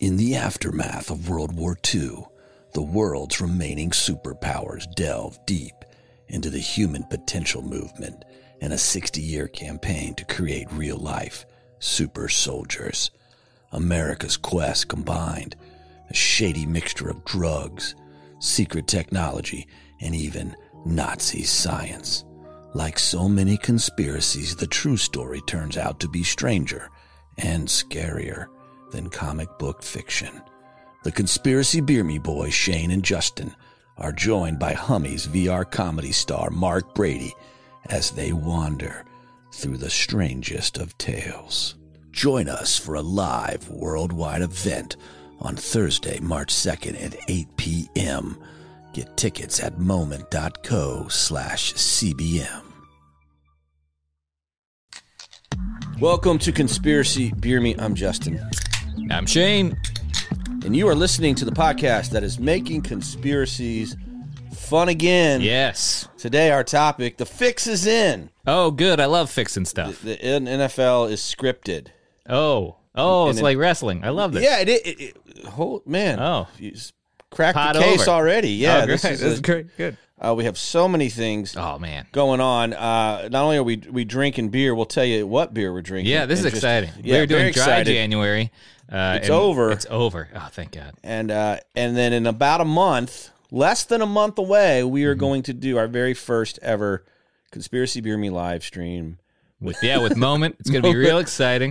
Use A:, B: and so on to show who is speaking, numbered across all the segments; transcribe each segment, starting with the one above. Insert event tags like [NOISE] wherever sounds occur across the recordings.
A: In the aftermath of World War II, the world's remaining superpowers delved deep into the human potential movement and a 60 year campaign to create real life super soldiers. America's quest combined a shady mixture of drugs, secret technology, and even Nazi science. Like so many conspiracies, the true story turns out to be stranger and scarier than comic book fiction. The conspiracy beer me boys, Shane and Justin, are joined by Hummies VR comedy star Mark Brady as they wander through the strangest of tales. Join us for a live worldwide event on Thursday, March 2nd at 8 p.m. Get tickets at moment.co slash CBM. Welcome to Conspiracy Beer Me. I'm Justin.
B: I'm Shane.
A: And you are listening to the podcast that is making conspiracies fun again.
B: Yes.
A: Today, our topic the fix is in.
B: Oh, good. I love fixing stuff.
A: The N- NFL is scripted.
B: Oh, oh,
A: And
B: it's
A: it-
B: like wrestling. I love this.
A: Yeah, it, it, it, it hold man.
B: Oh.
A: you s- cracked
B: Pot
A: the case
B: over.
A: already.
B: Oh,
A: Yeah,
B: great.
A: this is, a-
B: great. Good.
A: uh, we have so many things
B: Oh man.
A: going on. Uh, not only are we we drinking beer, we'll tell you what beer we're drinking.
B: Yeah, this is
A: in just-
B: exciting.
A: yeah,
B: we were
A: very
B: doing dry
A: excited.
B: January. Uh,
A: It's
B: and
A: over.
B: It's over. Oh, thank God.
A: and uh, and then in about a month, less than a month away, we
B: Mm-hmm.
A: are going to do our very first ever conspiracy beer me live stream.
B: With yeah, with moment, it's gonna be real exciting.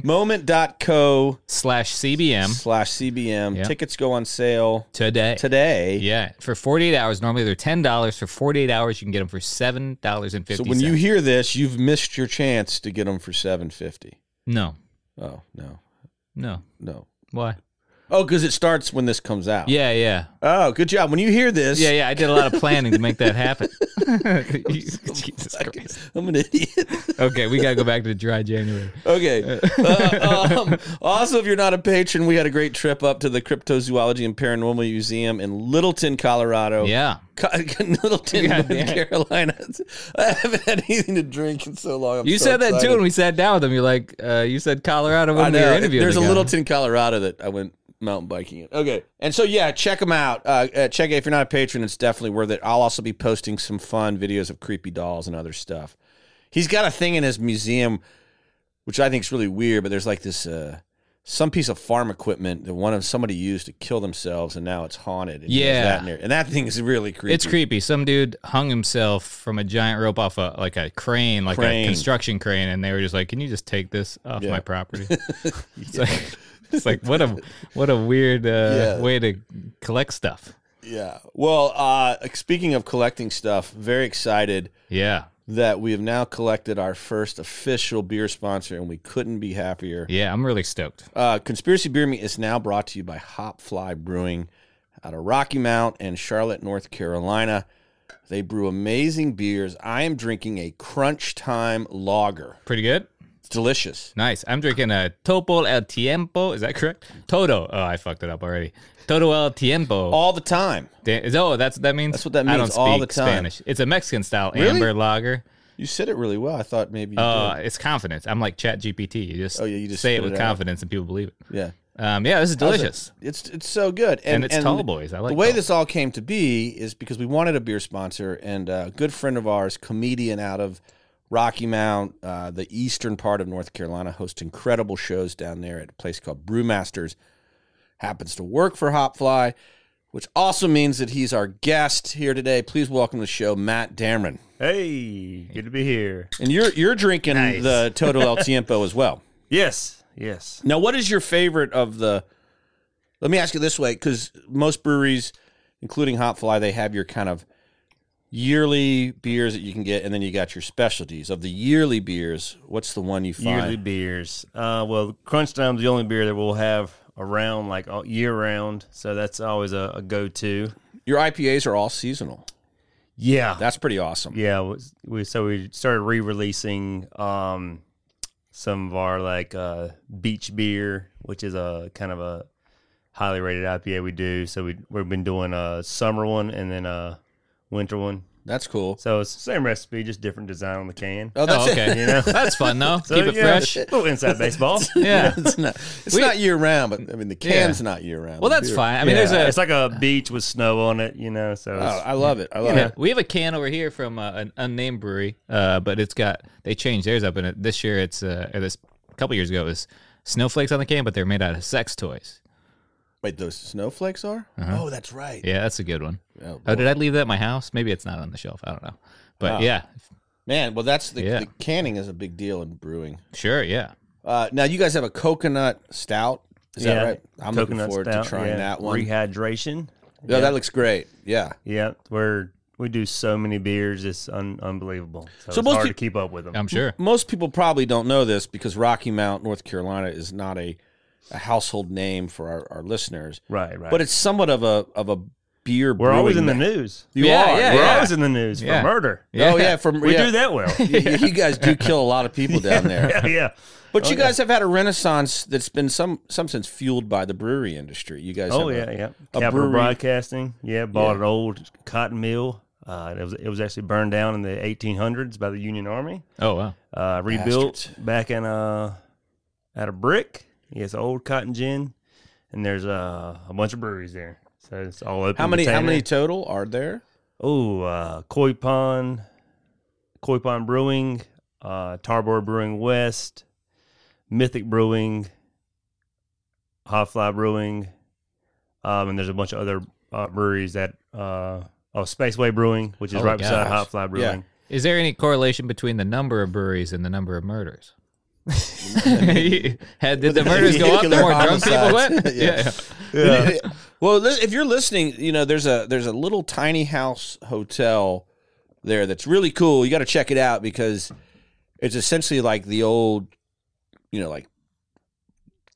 A: Moment.co
B: Slash CBM
A: slash CBM.
B: Yeah.
A: Tickets go on sale
B: today.
A: today.
B: Yeah, for 48 hours. Normally they're ten dollars. For 48 hours, you can get them for seven dollars and fifty.
A: So when you hear this, you've missed your chance to get them for seven fifty.
B: no,
A: Oh no,
B: no,
A: no.
B: why?
A: Oh, because it starts when this comes out.
B: Yeah, yeah.
A: Oh, good job. When you hear this,
B: Yeah, yeah, I did a lot of planning to make that happen. [LAUGHS] Jesus Christ.
A: [LAUGHS] I'm an idiot.
B: Okay, we gotta go back to dry January.
A: okay. Uh, um, also, if you're not a patron, we had a great trip up to the Cryptozoology and Paranormal Museum in Littleton, Colorado.
B: Yeah,
A: Co- [LAUGHS] Littleton,
B: God
A: North
B: damn it.
A: Carolina. [LAUGHS] I haven't had anything to drink in so long. I'm
B: you
A: so
B: said that
A: excited.
B: too when we sat down with him. You're like, uh, you said Colorado
A: I
B: when we were
A: know.
B: interviewing.
A: Oh, There's
B: the
A: a
B: guy.
A: Littleton, Colorado that I went mountain biking in. Okay. And so, yeah, check them out. Uh, uh, check it. If you're not a patron, it's definitely worth it. I'll also be posting some fun videos of creepy dolls and other stuff. He's got a thing in his museum, which I think is really weird, but there's like this. Uh, some piece of farm equipment that one of somebody used to kill themselves, and now it's haunted. And he has
B: Yeah.
A: that in there. and that thing is really creepy.
B: It's creepy. Some dude hung himself from a giant rope off a like a crane, like
A: Crane.
B: a construction crane, and they were just like, "Can you just take this off
A: Yeah.
B: my [LAUGHS] property?" It's like, it's like what a what a weird uh,
A: Yeah.
B: way to collect stuff.
A: Yeah. Well, uh, speaking of collecting stuff, very excited.
B: Yeah,
A: that we have now collected our first official beer sponsor, and we couldn't be happier.
B: yeah, I'm really stoked.
A: Uh, Conspiracy Beer Me is now brought to you by Hopfly Brewing out of Rocky Mount and Charlotte, North Carolina. They brew amazing beers. I am drinking a Crunch Time Lager.
B: Pretty good.
A: It's delicious.
B: Nice. I'm drinking a Topo El Tiempo. Is that correct? Toto. Oh, I fucked it up already. Toto El Tiempo.
A: All the time.
B: Da- is- oh, that's that means.
A: That's what that
B: I
A: means,
B: don't speak
A: all the time.
B: Spanish. It's a Mexican style
A: Really?
B: amber lager.
A: You said it really well. I thought maybe you
B: Uh, it's confidence. I'm like Chat GPT. You just
A: Oh, yeah, you just
B: say
A: spit
B: it with
A: it out.
B: confidence and people believe it.
A: did. Yeah.
B: Um, yeah, this is
A: was like-
B: delicious.
A: It's it's so good,
B: And it's tall boys. I like
A: the way
B: tall
A: this all came to be is because we wanted a beer sponsor, and a good friend of ours, comedian out of Rocky Mount, uh, the eastern part of North Carolina, hosts incredible shows down there at a place called Brewmasters. Happens to work for Hopfly, which also means that he's our guest here today. Please welcome to the show, Matt Dameron.
C: Hey, good to be here.
A: And you're you're drinking
C: Nice.
A: the Total El Tiempo as well.
C: Yes, yes.
A: Now, what is your favorite of the? Let me ask you this way, because most breweries, including Hopfly, they have your kind of yearly beers that you can get, and then you got your specialties. Of the yearly beers, what's the one you find?
C: Yearly beers. Uh, well, Crunch Time's the only beer that we'll have around like all, year round, so that's always a, a go to.
A: Your IPAs are all seasonal.
C: Yeah,
A: That's pretty awesome.
C: yeah. was- We, so we started re-releasing um, some of our like uh, beach beer, which is a kind of a highly rated IPA we do. So we we've been doing a summer one and then a winter one.
A: That's cool.
C: So it's the same recipe, just different design on the can.
A: Oh, that's
B: Oh,
A: okay. [LAUGHS]
B: okay.
C: You know?
B: That's fun though.
C: So,
B: Keep it
C: yeah,
B: fresh.
C: A little inside baseball.
B: Yeah.
A: it's not, it's
B: We-
A: not year round, but I mean the can's not year round.
B: Well,
A: The
B: that's
A: beer-
B: fine. I mean, there's a.
C: it's like a beach with snow on it, you know. So
A: Oh,
C: it's,
A: I love it. I love
B: Yeah,
A: it.
B: we have a can over here from uh, an unnamed brewery, uh, but it's got they changed theirs up in it. This year, it's uh, or this a couple years ago, it was snowflakes on the can, but they're made out of sex toys.
A: Wait, those snowflakes are? Oh, that's right.
B: Uh-huh. Yeah, that's a good one.
A: Oh,
B: Oh, did I leave that at my house? Maybe it's not on the shelf. I don't know, but yeah,
A: Man, well, that's the,
B: Yeah.
A: the canning is a big deal in brewing.
B: sure, yeah.
A: Uh, now you guys have a coconut stout. Is that
C: Yeah.
A: right? I'm looking
C: coconut
A: forward
C: stout,
A: to trying
C: yeah.
A: that one.
C: Rehydration.
A: Yeah, that looks great. Yeah.
C: Yeah, we're we do so many beers, it's un- unbelievable. So,
A: So
C: it's
A: most
C: hard
A: peop-
C: to keep up with them.
A: [LAUGHS]
B: I'm sure.
A: Most people probably don't know this because Rocky Mount, North Carolina, is not a, a household name for our, our listeners,
C: right, right.
A: but it's somewhat of a of a beer.
C: we're always in
A: brewing
C: the
A: name.
C: news.
A: You
B: Yeah,
A: are.
B: yeah,
C: we're
B: yeah.
C: always in the news
B: Yeah.
C: for murder.
A: Oh yeah, from
C: [LAUGHS] We
A: yeah.
C: do that well.
A: You, [LAUGHS] you guys do kill a lot of people down there.
C: [LAUGHS] yeah, Oh, yeah.
A: But you guys have had a renaissance that's been some some sense fueled by the brewery industry. You guys,
C: Oh
A: have
C: yeah,
A: a-
C: yeah.
A: a
C: Capital
A: brewery-
C: Broadcasting. Yeah, bought an old cotton mill. Uh, it was it was actually burned down in the 1800s by the Union Army.
B: Oh wow,
C: Uh, rebuilt
A: Bastards.
C: back in uh out of brick. Yeah, it's old cotton gin, and there's uh, a bunch of breweries there. So it's all open.
A: How many? How
C: container.
A: many total are there?
C: Oh, uh, Koi Pond, Koi Pond Brewing, uh, Tarbor Brewing West, Mythic Brewing, Hot Fly Brewing, um, and there's a bunch of other uh, breweries that. Uh, oh, Spaceway Brewing, which is
B: Oh,
C: right
B: gosh.
C: beside Hot Fly Brewing.
B: is there any correlation between the number of breweries and the number of murders? [LAUGHS] Had did the murders go up the more drunk
A: [LAUGHS]
B: people
A: Homicides.
B: went?
A: Yeah.
B: yeah.
A: well, li- if you're listening, you know there's a there's a little tiny house hotel there that's really cool. You got to check it out because it's essentially like the old, you know, like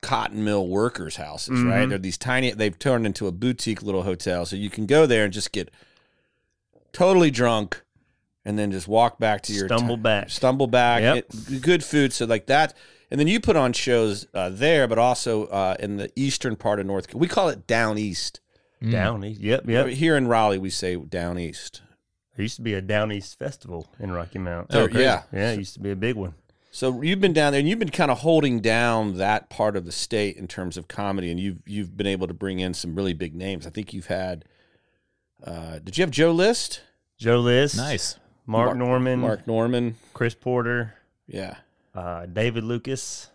A: cotton mill workers' houses, right?
C: Mhm.
A: They're these tiny. They've turned into a boutique little hotel, so you can go there and just get totally drunk, and then just walk back to your
C: Stumble
A: ti-
C: back.
A: stumble back.
C: Yep.
A: It- good food, so like that. And then you put on shows uh, there, but also uh, in the eastern part of North. We call it down east.
B: Mm.
C: Down East. Yep, yep. There
A: Here in Raleigh, we say down east.
C: used to be a Down East Festival in Rocky Mount.
A: There- yeah.
C: Oh, Yeah, it used to be a big one.
A: So you've been down there, and you've been kind of holding down that part of the state in terms of comedy, and you've you've been able to bring in some really big names. I think you've had. Uh, did you have Joe List,
C: Joe List.
B: Nice.
C: Mark,
A: Mark-
C: Norman.
A: Mark Norman?
C: Chris Porter.
A: Yeah,
C: uh, David Lucas,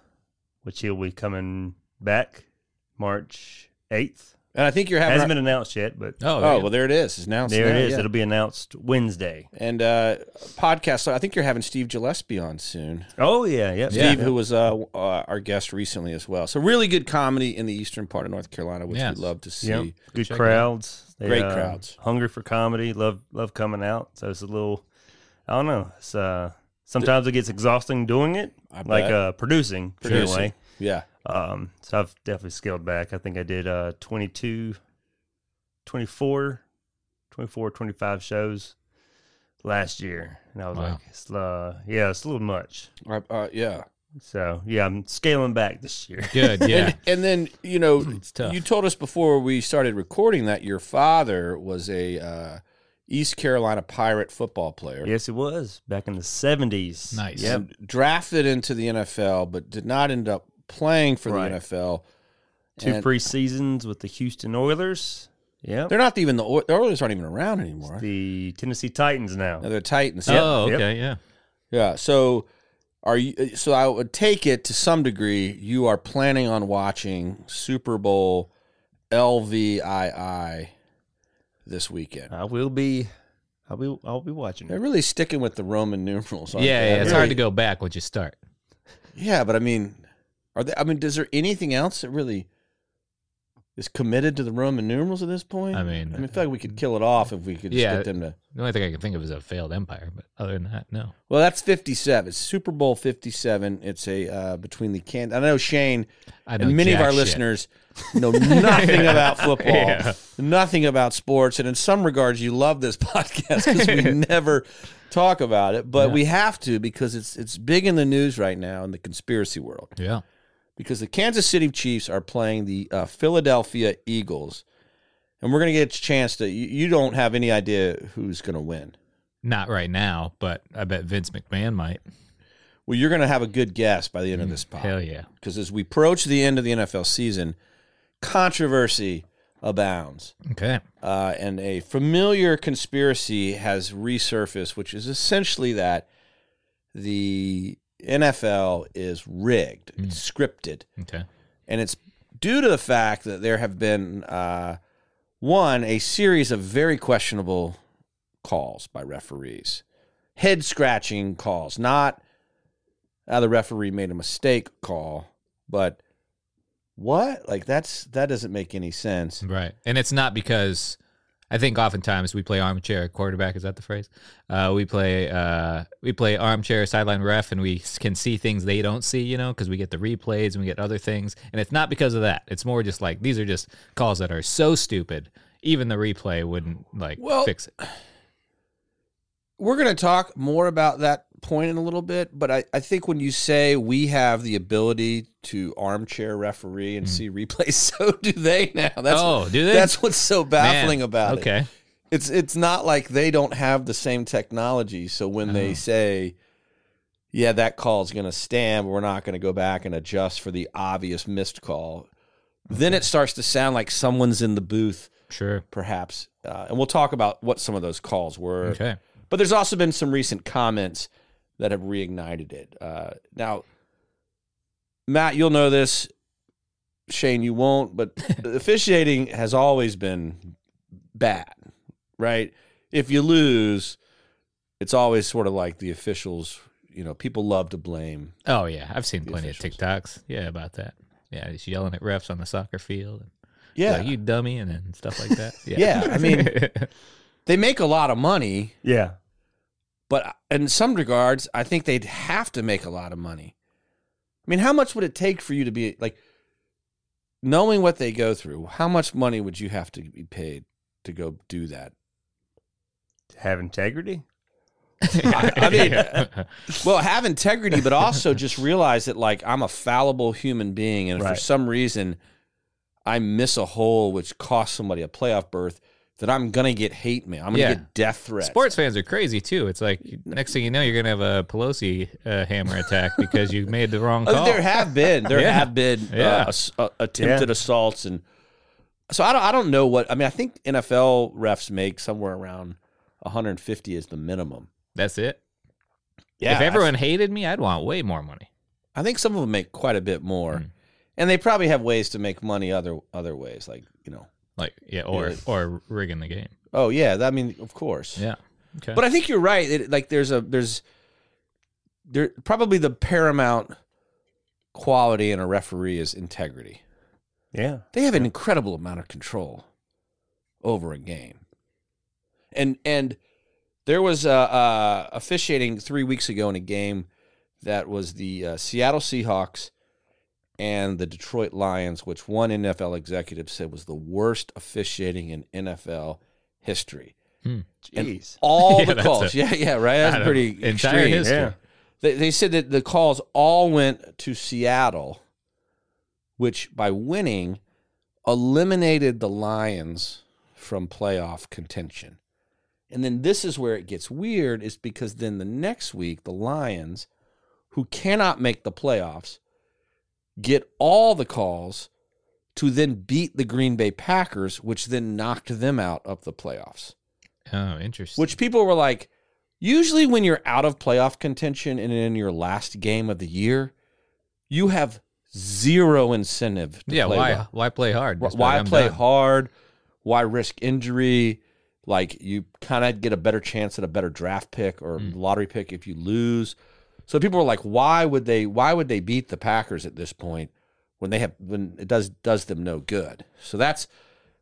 C: which he'll be coming back March 8th.
A: and I think you're having.
C: Hasn't been announced yet, but
B: Oh,
A: oh,
B: there you go.
A: well, there it is. It's now.
C: there
A: now,
C: it is.
A: yeah.
C: It'll be announced Wednesday.
A: And uh, podcast. So I think you're having Steve Gillespie on soon.
C: Oh, yeah. Yep.
B: Yeah.
A: Steve, who was uh, uh, our guest recently as well. So really good comedy in the eastern part of North Carolina, which
B: Yes.
A: we love to see.
C: Yep. Good
B: Check it out.
C: crowds. They,
A: Great crowds.
C: Hungry for comedy. Love love coming out. So it's a little, I don't know. It's, uh, sometimes it gets exhausting doing it,
A: I
C: like
A: bet.
C: uh, producing,
A: Producing.
C: anyway.
A: Yeah.
C: Um, so I've definitely scaled back. I think I did uh 22, 24, 24, 25 shows last year. And I was
B: Wow.
C: like, it's, uh, yeah, it's a little much.
A: Uh, uh, yeah.
C: So yeah, I'm scaling back this year. [LAUGHS]
A: [LAUGHS]
B: Good. Yeah.
A: And, and then, you know,
B: It's tough.
A: you told us before we started recording that your father was a uh, East Carolina Pirate football player.
C: yes, it was back in the 70s.
B: Nice.
C: Yep.
A: And Drafted into the NFL, but did not end up playing for
C: Right.
A: the NFL.
C: Two
A: And
C: preseasons with the Houston Oilers. Yeah.
A: They're not even the, Oil- the Oilers aren't even around anymore.
C: The Tennessee Titans now.
A: Now they're Titans.
B: Oh,
C: Yep.
B: okay. Yeah.
A: Yeah. So are you uh, so I would take it to some degree you are planning on watching Super Bowl LVII this
B: Um,
A: weekend.
C: I will be I'll be I'll be watching
A: They're
C: it.
A: really sticking with the Roman numerals.
B: Yeah,
A: aren't
B: yeah,
A: they?
B: it's
A: Really-
B: hard to go back once you start.
A: Yeah, but I mean, are they I mean, is there anything else that really is committed to the Roman numerals at this point?
B: I mean-
A: I mean, I feel like we could kill it off if we could just
B: Yeah.
A: get them to.
B: The only thing I can think of is a failed empire, but other than that, no.
A: Well, that's fifty-seven. It's Super Bowl fifty-seven. It's a uh, between the can. I know Shane
B: I know
A: and many of
B: jack
A: our
B: shit. [LAUGHS]
A: listeners know nothing about football,
B: Yeah.
A: nothing about sports, and in some regards, you love this [LAUGHS] podcast because
B: [LAUGHS]
A: we never talk about it, but we have to because it's it's big in the news right now in the conspiracy world
B: Yeah.
A: because the Kansas City Chiefs are playing the uh, Philadelphia Eagles, and we're going to get a chance to. You, you don't have any idea who's going to win.
B: Not right now, but I bet Vince McMahon might.
A: Well, you're going to have a good guess by the end of this
B: Mm, Hell
A: pod.
B: yeah.
A: Because as we approach the end of the NFL season, controversy abounds.
B: Okay.
A: Uh, and a familiar conspiracy has resurfaced, which is essentially that the NFL is rigged, it's scripted,
B: Okay.
A: and it's due to the fact that there have been uh, one a series of very questionable calls by referees, head scratching calls, not uh, the referee made a mistake call, but what? Like that's that doesn't make any sense.
B: Right. And it's not because I think oftentimes we play armchair quarterback. Is that the phrase? Uh, we play uh, we play armchair sideline ref, and we s- can see things they don't see, you know, because we get the replays and we get other things. And it's not because of that. It's more just like these are just calls that are so stupid. Even the replay wouldn't like
A: Well,
B: fix it.
A: we're going to talk more about that point in a little bit, but I, I think when you say we have the ability to armchair referee and see replays, [LAUGHS] so do they now. That's
B: Hmm. oh, do they?
A: that's what's so
B: Man,
A: baffling about it.
B: okay.
A: It's it's not like they don't have the same technology, so when
B: Uh-huh.
A: they say yeah, that call is going to stand. We're not going to go back and adjust for the obvious missed call. Then it starts to sound like someone's in the booth,
B: Sure.
A: perhaps. Uh, and we'll talk about what some of those calls were.
B: Okay.
A: But there's also been some recent comments that have reignited it. Uh, now, Matt, you'll know this. Shane, you won't, but officiating has always been bad, right? If you lose, it's always sort of like the officials, you know, people love to blame.
B: Oh yeah, I've seen plenty
A: officials.
B: of TikToks. Yeah, about that. Yeah, just yelling at refs on the soccer field. And
A: Yeah.
B: like, you dummy, and, and stuff like
A: [LAUGHS]
B: that. Yeah,
A: Yeah, I
B: [LAUGHS]
A: mean- they make a lot of money,
C: Yeah.
A: but in some regards, I think they'd have to make a lot of money. I mean, how much would it take for you to be like knowing what they go through? How much money would you have to be paid to go do that?
C: Have integrity.
A: I mean- [LAUGHS] Well, have integrity, but
B: [LAUGHS]
A: also just realize that like I'm a fallible human being, and if
C: Right.
A: for some reason I miss a hole which costs somebody a playoff berth, that I'm gonna get hate mail. I'm gonna
B: Yeah.
A: get death threats.
B: sports fans are crazy too. It's like next thing you know, you're gonna have a Pelosi uh, hammer
A: [LAUGHS]
B: attack because you made the wrong
A: Oh,
B: call.
A: There have been there
B: [LAUGHS] Yeah.
A: have been uh,
B: Yeah.
A: ass- uh, attempted assaults and so I don't I don't know what I mean. I think NFL refs make somewhere around 150 is the minimum.
B: That's it.
A: Yeah,
B: if
A: I-
B: everyone hated me, I'd want way more money.
A: I, think some of them make quite a bit more,
B: Mm.
A: and they probably have ways to make money other other ways, like you know.
B: Like yeah, or
A: Yeah.
B: or rigging the game.
A: Oh yeah, that, I mean of course.
B: Yeah. Okay.
A: But I think you're right. It, like there's a there's there probably the paramount quality in a referee is integrity.
C: Yeah.
A: they have an incredible amount of control over a game. And and there was uh, uh, officiating three weeks ago in a game that was the uh, Seattle Seahawks and the Detroit Lions, which one NFL executive said was the worst officiating in NFL history.
C: Jeez.
A: All
B: [LAUGHS] Yeah,
A: the
B: that's
A: calls,
B: a-
A: yeah, yeah, right. That's
B: Not a-
A: pretty
B: entire
A: extreme.
B: history.
C: Yeah.
A: They, they said that the calls all went to Seattle, which by winning eliminated the Lions from playoff contention. And then this is where it gets weird is because then the next week the Lions who cannot make the playoffs get all the calls to then beat the Green Bay Packers which then knocked them out of the playoffs.
B: Oh, interesting.
A: Which people were like, usually when you're out of playoff contention and in your last game of the year, you have zero incentive to
B: yeah.
A: play
B: Why
A: well.
B: why play hard?
A: Why,
B: Just be like,
A: why
B: I'm
A: play
B: done.
A: hard? Why risk injury? Like you kind of get a better chance at a better draft pick or
B: Mm.
A: lottery pick if you lose. So people were like, why would they? Why would they beat the Packers at this point when they have when it does does them no good? So that's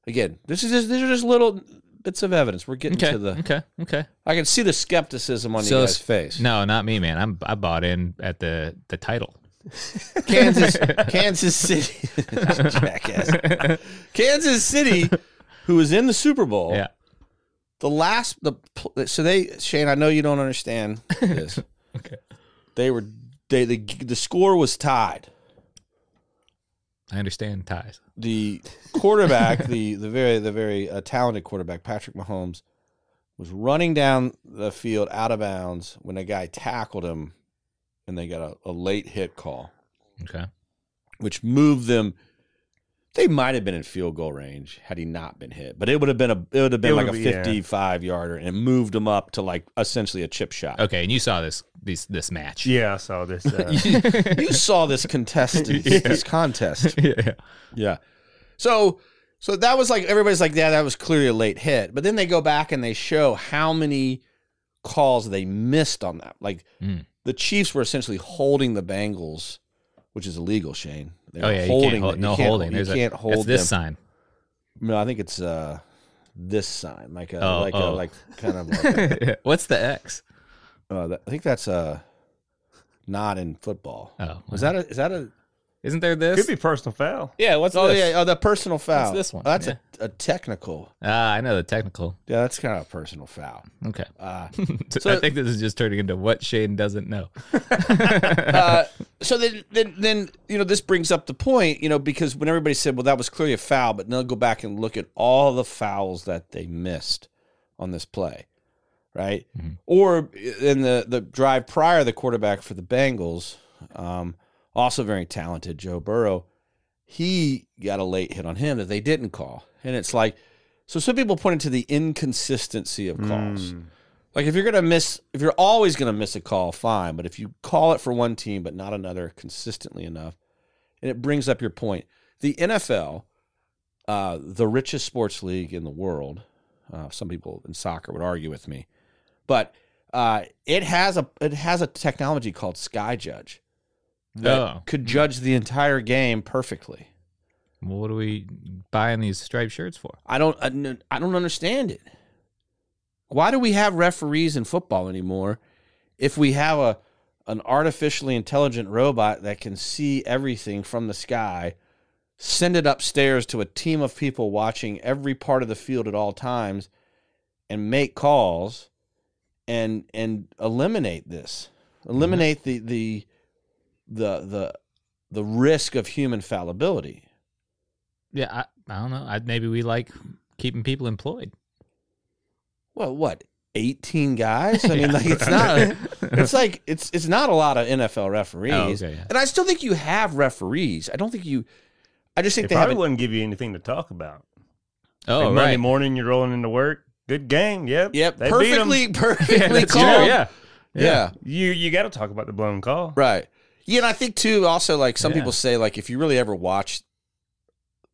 A: again, this is just, these are just little bits of evidence. We're getting
B: Okay.
A: to the
B: okay. Okay.
A: I can see the skepticism on
B: So
A: your
B: it's-
A: guys'
B: [LAUGHS]
A: face.
B: No, not me, man. I'm I bought in at the the title.
A: Kansas, [LAUGHS] Kansas City, jackass. [LAUGHS] Kansas City, who was in the Super Bowl.
B: Yeah.
A: The last the pl- so they Shane, I know you don't understand this. [LAUGHS]
B: Okay.
A: They were they the the score was tied.
B: I understand ties.
A: The quarterback, the the very the very uh, talented quarterback Patrick Mahomes, was running down the field out of bounds when a guy tackled him and they got a, a late hit call,
B: Okay.
A: which moved them. They might have been in field goal range had he not been hit, but it would have been a it would have been
C: It
A: like a
C: would've been- yeah.
A: 55 yarder and it moved him up to like essentially a chip shot.
B: Okay, and you saw this these this match.
C: Yeah, I saw this. Uh,
A: [LAUGHS] You saw this contestant, this contest.
B: [LAUGHS] yeah.
A: Yeah. So so that was like everybody's like, yeah, that was clearly a late hit. But then they go back and they show how many calls they missed on that. Like
B: Mm.
A: the Chiefs were essentially holding the Bengals, which is illegal, Shane. They
B: Oh
A: were
B: yeah, you can't
A: the-
B: hold, no
A: can't-
B: holding.
A: You
B: There's
A: can't
B: a,
A: hold
B: it's this
A: them.
B: sign.
A: No, I think it's uh this sign, like a
B: Oh,
A: like a
B: oh.
A: like kind of like [LAUGHS] a-
B: What's the X?
A: uh, that, I think that's uh not in football.
B: Oh,
A: Is that a is that a
B: Isn't there this?
C: could be personal foul.
B: Yeah. What's
A: oh
B: this?
A: yeah oh the personal foul
B: That's this one,
A: Oh, that's
B: yeah.
A: a, a technical
B: Ah, I know the technical.
A: yeah that's kind of a personal foul
B: Okay.
A: Uh,
B: [LAUGHS] I think this is just turning into what Shane doesn't know.
A: uh, so then, then, then, you know, this brings up the point, you know, because when everybody said, well, that was clearly a foul, but now go back and look at all the fouls that they missed on this play, right?
B: Mhm.
A: Or in the, the drive prior, the quarterback for the Bengals, um, also very talented, Joe Burrow, he got a late hit on him that they didn't call. And it's like, so some people pointed to the inconsistency of calls.
C: Mm.
A: Like if you're gonna miss, if you're always gonna miss a call, fine. But if you call it for one team but not another consistently enough, and it brings up your point, the NFL, uh, the richest sports league in the world, uh, some people in soccer would argue with me, but uh, it has a it has a technology called Sky Judge that
B: Oh.
A: could judge the entire game perfectly.
B: Well, what are we buying these striped shirts for?
A: I don't I n- I don't understand it. Why do we have referees in football anymore if we have a an artificially intelligent robot that can see everything from the sky, send it upstairs to a team of people watching every part of the field at all times and make calls and and eliminate this. Eliminate the the the the the risk of human fallibility.
B: Yeah, I, I don't know. I, maybe we like keeping people employed.
A: well, what, 18 guys?
B: [LAUGHS]
A: I mean, like it's not [LAUGHS] it's like it's it's not a lot of NFL referees.
B: Oh, okay, yeah.
A: And I still think you have referees. I don't think you I just think
C: It
A: they have
C: probably wouldn't give you anything to talk about.
B: Oh,
C: Like Monday
B: right.
C: morning, you're rolling into work. Good game. Yep.
A: Yep,
C: They beat 'em.
A: perfectly
B: [LAUGHS]
A: perfectly
B: that's true,
A: called.
B: yeah.
A: yeah.
C: You you got to talk about the blown call.
A: Right. Yeah, and I think too also like some
B: Yeah.
A: people say like if you really ever watch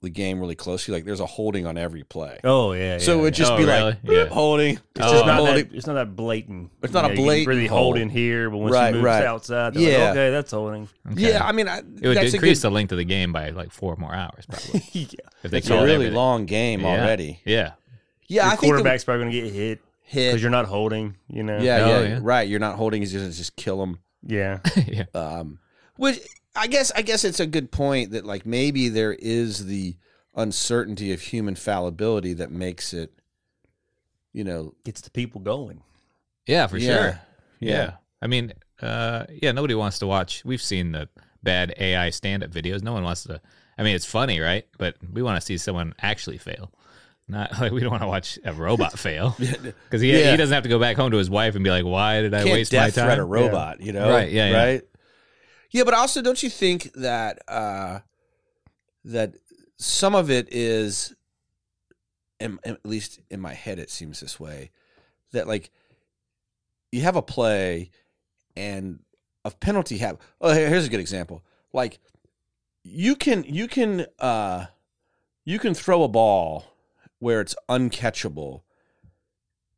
A: the game really closely, like there's a holding on every play.
C: Oh yeah.
A: so it
C: yeah,
A: would just
B: Oh,
A: be like
B: really? Yeah.
A: holding. It's
C: It's just
B: Oh.
C: not
A: holding.
C: that, it's not that blatant.
A: It's not a
C: you can really
A: blatant hold.
C: holding here, but once
A: Right,
C: you move
A: right.
C: outside, they're like,
A: Yeah.
C: okay,
A: [LAUGHS]
C: that's holding.
B: Okay.
A: Yeah, I mean, I,
B: It would
A: that's a
B: increase
A: good,
B: the length of the game by like four more hours, probably.
C: yeah.
B: If they
A: it's a
B: call
A: really
B: everything.
A: long game
B: Yeah.
A: already.
B: Yeah.
A: [LAUGHS] Yeah,
C: Your
A: I think the
C: quarterback's probably gonna get hit
A: hit
C: because you're not holding. You know.
A: Yeah,
B: Oh,
A: yeah,
B: yeah.
A: right. You're not holding. He's gonna just kill him.
C: Yeah.
B: yeah.
A: Um, which I guess I guess it's a good point that like maybe there is the uncertainty of human fallibility that makes it, you know, [LAUGHS]
C: Gets the people going.
B: Yeah, for
A: Yeah.
B: sure. I mean, uh, yeah, nobody wants to watch. We've seen the bad AI stand up videos. No one wants to. I mean, it's funny, right? But we want to see someone actually fail. Not [LAUGHS] like we don't want to watch a
A: [LAUGHS]
B: robot fail because he,
A: Yeah.
B: he doesn't have to go back home to his wife and be like, "Why did I
A: can't
B: waste my
A: death
B: time?"
A: threat a robot, you know?
B: Right, yeah, yeah.
A: right. Yeah, but also, don't you think that uh, that some of it is, in, in- at least in my head, it seems this way, that like you have a play and a penalty have. Oh, here- here's a good example. Like you can you can uh, you can throw a ball where it's uncatchable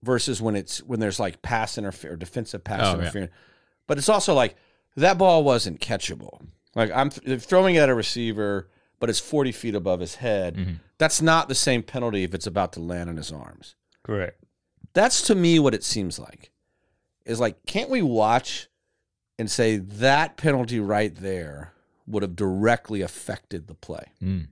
A: versus when it's when there's like pass interference, defensive pass
B: Oh, yeah.
A: interference. But it's also like that ball wasn't catchable. Like I'm th- throwing it at a receiver, but it's 40 feet above his head.
B: Mhm.
A: That's not the same penalty if it's about to land in his arms.
C: Correct.
A: That's to me what it seems like. Is like, can't we watch and say that penalty right there would have directly affected the play?
B: Mm.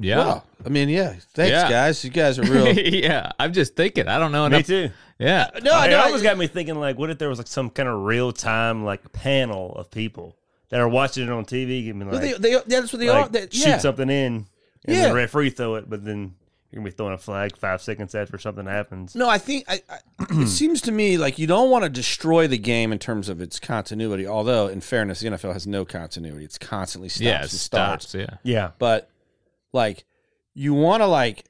B: Yeah.
A: Wow. I mean, yeah. Thanks,
B: Yeah.
A: guys. You guys are
C: [LAUGHS]
A: real.
B: [LAUGHS] yeah, I'm just thinking. I don't know
C: Me
B: enough.
C: too.
B: Yeah,
A: no,
C: I
A: I
C: it
A: know.
C: always got me thinking like, what if there was like some kind of real time like panel of people that are watching it on TV, giving me
A: Well,
C: like,
A: they, they, that's what they
C: like,
A: are. That,
C: shoot
A: yeah.
C: something in, and
A: Yeah.
C: the referee throw it, but then You're gonna be throwing a flag five seconds after something happens.
A: No, I think I, I,
C: [CLEARS THROAT]
A: it seems to me like you don't want to destroy the game in terms of its continuity. Although, in fairness, the NFL has no continuity; it's constantly stops
B: yeah,
A: and
B: it
A: starts.
B: stops. Yeah,
C: Yeah,
A: But like, you want to like,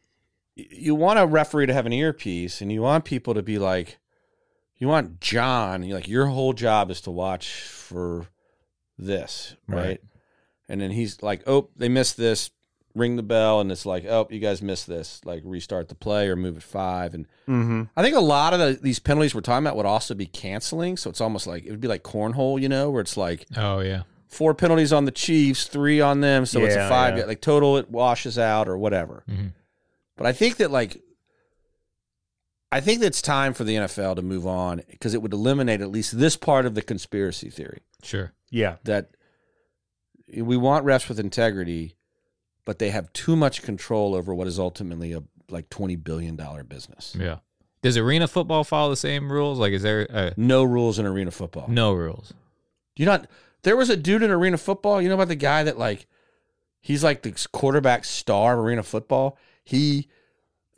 A: y- you want a referee to have an earpiece, and you want people to be like, you want John. You like your whole job is to watch for this, right?
B: Right.
A: And then he's like, "Oh, they missed this." Ring the bell, and it's like, "Oh, you guys missed this." Like restart the play or move it five, and
C: mm-hmm.
A: I think a lot of the, these penalties we're talking about would also be canceling. So it's almost like it would be like cornhole, you know, where it's like
B: oh yeah,
A: four penalties on the Chiefs, three on them. So it's a
C: Yeah,
A: five,
C: yeah.
A: like total, it washes out or whatever.
B: Mhm.
A: But I think that like, I think that's time for the NFL to move on because it would eliminate at least this part of the conspiracy theory
B: sure.
C: yeah,
A: that we want refs with integrity, but they have too much control over what is ultimately a like $20 billion business.
B: Yeah. Does arena football follow the same rules? Like, is there uh,
A: No rules in arena football.
B: no rules?
A: Do you not? There was a dude in arena football. You know about the guy that like, he's like the quarterback star of arena football. He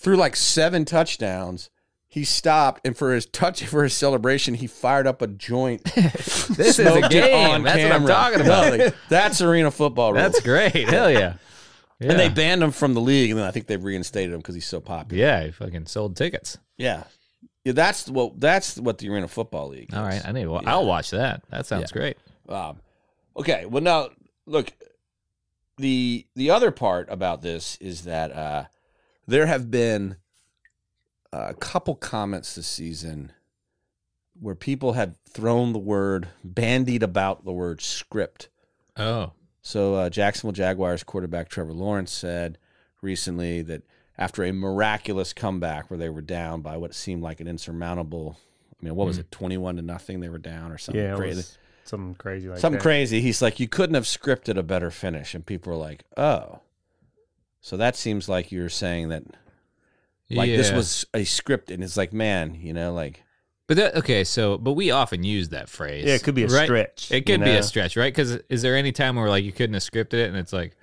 A: threw like seven touchdowns. He stopped, and for his touch [LAUGHS] for his celebration, he fired up a joint.
B: [LAUGHS]
A: [LAUGHS]
B: This is a
A: smoked it
B: game. That's what I'm
A: camera.
B: talking about.
A: Yeah, like, that's arena football. Rules.
B: That's great. [LAUGHS] Hell yeah. yeah.
A: and they banned him from the league, and then I think they've reinstated him because he's so popular.
B: yeah, he fucking sold tickets.
A: Yeah. Yeah, that's what that's what the arena football league. Is.
B: All right, I need. Well, I'll watch that. That sounds great.
A: Um, okay. Well, now look. The the other part about this is that uh, there have been a couple comments this season where people have thrown the word bandied about the word script.
B: Oh,
A: So uh, Jacksonville Jaguars quarterback Trevor Lawrence said recently that after a miraculous comeback where they were down by what seemed like an insurmountable, I mean, what was it, twenty-one to nothing? They were down or something
C: Hmm. yeah. it
A: crazy.
C: was something crazy like
A: Something
C: that.
A: crazy. He's like, you couldn't have scripted a better finish, and people are like, oh. So that seems like you're saying that like this
B: Yeah.
A: was a script, and it's like, man, you know, like
B: But that, okay, so but we often use that phrase.
C: Yeah, it could be a
B: right?
C: stretch.
B: It could
C: you
B: be
C: know?
B: a stretch, right? Because is there any time where like you couldn't have scripted it, and it's like,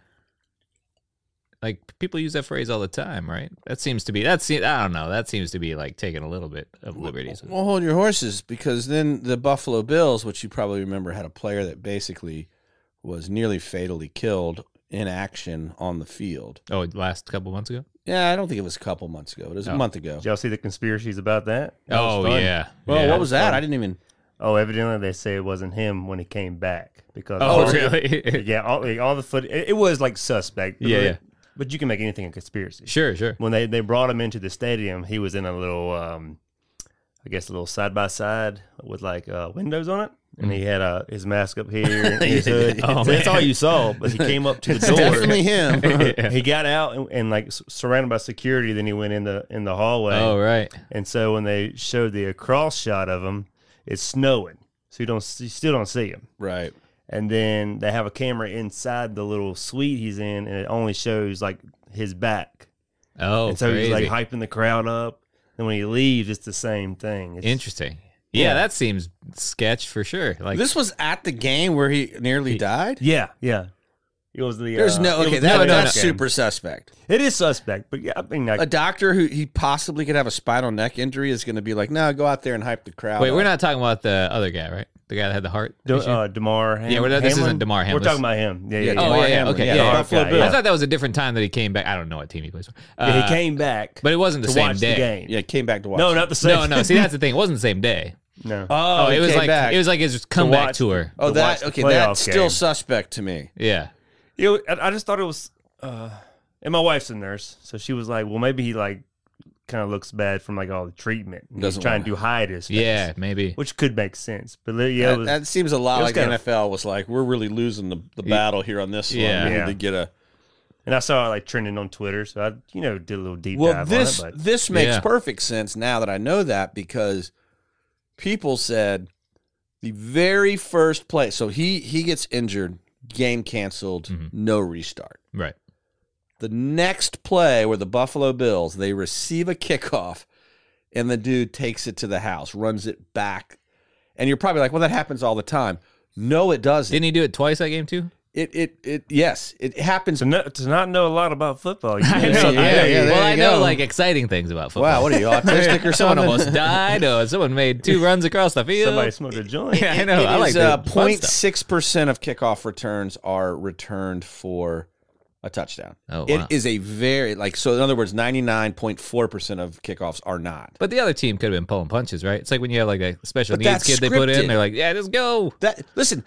B: like people use that phrase all the time, right? That seems to be that's I don't know. That seems to be like taking a little bit of liberties.
A: Well, hold your horses because then the Buffalo Bills, which you probably remember, had a player that basically was nearly fatally killed in action on the field.
B: Oh, last couple months ago.
A: Yeah, I don't think it was a couple months ago. It was a
B: Oh.
A: month ago.
C: Did y'all see the conspiracies about that? That was
B: Oh
C: fun.
B: yeah.
A: Well,
B: yeah.
A: what was that? I didn't even.
C: Oh, evidently they say it wasn't him when he came back because
B: Oh, [LAUGHS]
C: all-
B: really?
C: Yeah, all, like, all the foot. It, it was like suspect. But
B: Yeah,
C: it-
B: yeah.
C: But you can make anything a conspiracy.
B: sure, sure.
C: When they, they brought him into the stadium, he was in a little, um, I guess, a little side by side with like uh, windows on it, and he had uh, his mask
B: [LAUGHS]
C: up here. and his hood.
B: Mm. Oh,
C: So that's
B: man.
C: all you saw. But he came
B: [LAUGHS]
C: up to the
A: [LAUGHS]
C: door.
A: Definitely him.
C: [LAUGHS] He got out and, and like s- surrounded by security. Then he went in the in the hallway.
B: Oh, right.
C: And so when they showed the across shot of him, it's snowing, so you don't see- you still don't see him.
A: right.
C: And then they have a camera inside the little suite he's in, and it only shows like his back.
B: Oh,
C: and so
B: crazy.
C: he's like hyping the crowd up. And when he leaves, it's the same thing. It's,
B: Interesting. Yeah,
C: Yeah.
B: that seems sketch for sure. Like
A: this was at the game where he nearly died.
C: Yeah, yeah. It was the.
A: There's
C: uh,
A: no
C: it
A: okay.
C: was
A: That,
C: the
A: that's
C: Lakers game.
A: super suspect.
C: It is suspect, but yeah, I mean, like,
A: A doctor who he possibly could have a spinal neck injury is going to be like, no, go out there and hype the crowd.
B: Wait,
A: up."
B: we're not talking about the other guy, right? The guy that had the heart.
C: De-
B: issue?
C: uh, Demar. Ham-
B: Yeah, we're not- this isn't
C: Hamlin?
B: Damar Hamlin.
C: We're talking about him. Yeah, yeah.
A: Yeah,
C: yeah.
B: oh
A: Damar
B: yeah, yeah,
A: Hamlin.
B: okay,
A: Yeah,
B: yeah. yeah.
C: Buffalo
B: I
C: Bills.
B: thought that was a different time that he came back. I don't know what team he plays for.
C: Yeah,
B: Uh,
C: he came back,
B: but it wasn't the
C: to
B: same
C: watch
B: day.
C: the game.
A: Yeah, came back to watch.
C: No, not the same.
A: [LAUGHS]
B: No, no. See, that's the thing. It wasn't the same day.
C: [LAUGHS] no.
A: Oh,
B: it
A: he
B: was
A: came
B: like
A: back.
B: it was like his comeback
C: watch-
B: tour.
A: Oh,
C: to
A: that
C: watch the
A: okay.
C: playoff
A: That's still
C: game.
A: suspect to me.
B: Yeah.
C: It, wa- I I just thought it was, uh, and my wife's a nurse, so she was like, "Well, maybe he like kind of looks bad from like all the treatment. and He's
A: Doesn't
C: trying
A: wanna-
C: to hide his face,
B: Yeah, maybe.
C: which could make sense." But li- yeah, it
A: that,
C: was,
A: that seems a lot
C: it was
A: like the
C: kinda-
A: NFL was like, we're really losing the, the battle here on this
B: Yeah.
A: one. We
C: Yeah.
A: need to get a
C: and I saw it like trending on Twitter, so I you know did a little deep
A: well.
C: dive
A: This
C: on it. But
A: this makes
B: Yeah.
A: perfect sense now that I know that because people said the very first play. So he he gets injured, game canceled,
C: Mm-hmm.
B: Mhm.
A: no restart.
B: Right.
A: The next play where the Buffalo Bills they receive a kickoff, and the dude takes it to the house, runs it back, and you're probably like, well, that happens all the time. No, it doesn't. [LAUGHS]
B: Didn't he do it twice that game too?
A: It it it yes, it happens.
C: To, no, to not know a lot about
A: [LAUGHS]
C: football. You
B: I
C: know,
A: yeah,
B: know. I know.
A: yeah, there
B: well,
A: you
B: I know
A: go.
B: like exciting things about football.
A: [LAUGHS] Wow, what are
B: [LAUGHS]
A: you autistic or
B: someone
A: something?
B: almost died. Or someone
A: [LAUGHS]
B: made two runs across the field.
C: somebody smoked a joint.
B: [LAUGHS] yeah, I know.
A: It
B: I like
A: is,
B: the
A: uh,
B: fun stuff.
A: 0.6% of kickoff returns are returned for a touchdown.
B: Oh, wow.
A: It is a very like so. In other words, ninety nine point four percent of kickoffs are not.
B: But the other team could have been pulling punches, right? It's like when you have like a special
A: But
B: needs
A: that's
B: kid they put in,
A: scripted.
B: they're like, yeah, just go.
A: That listen,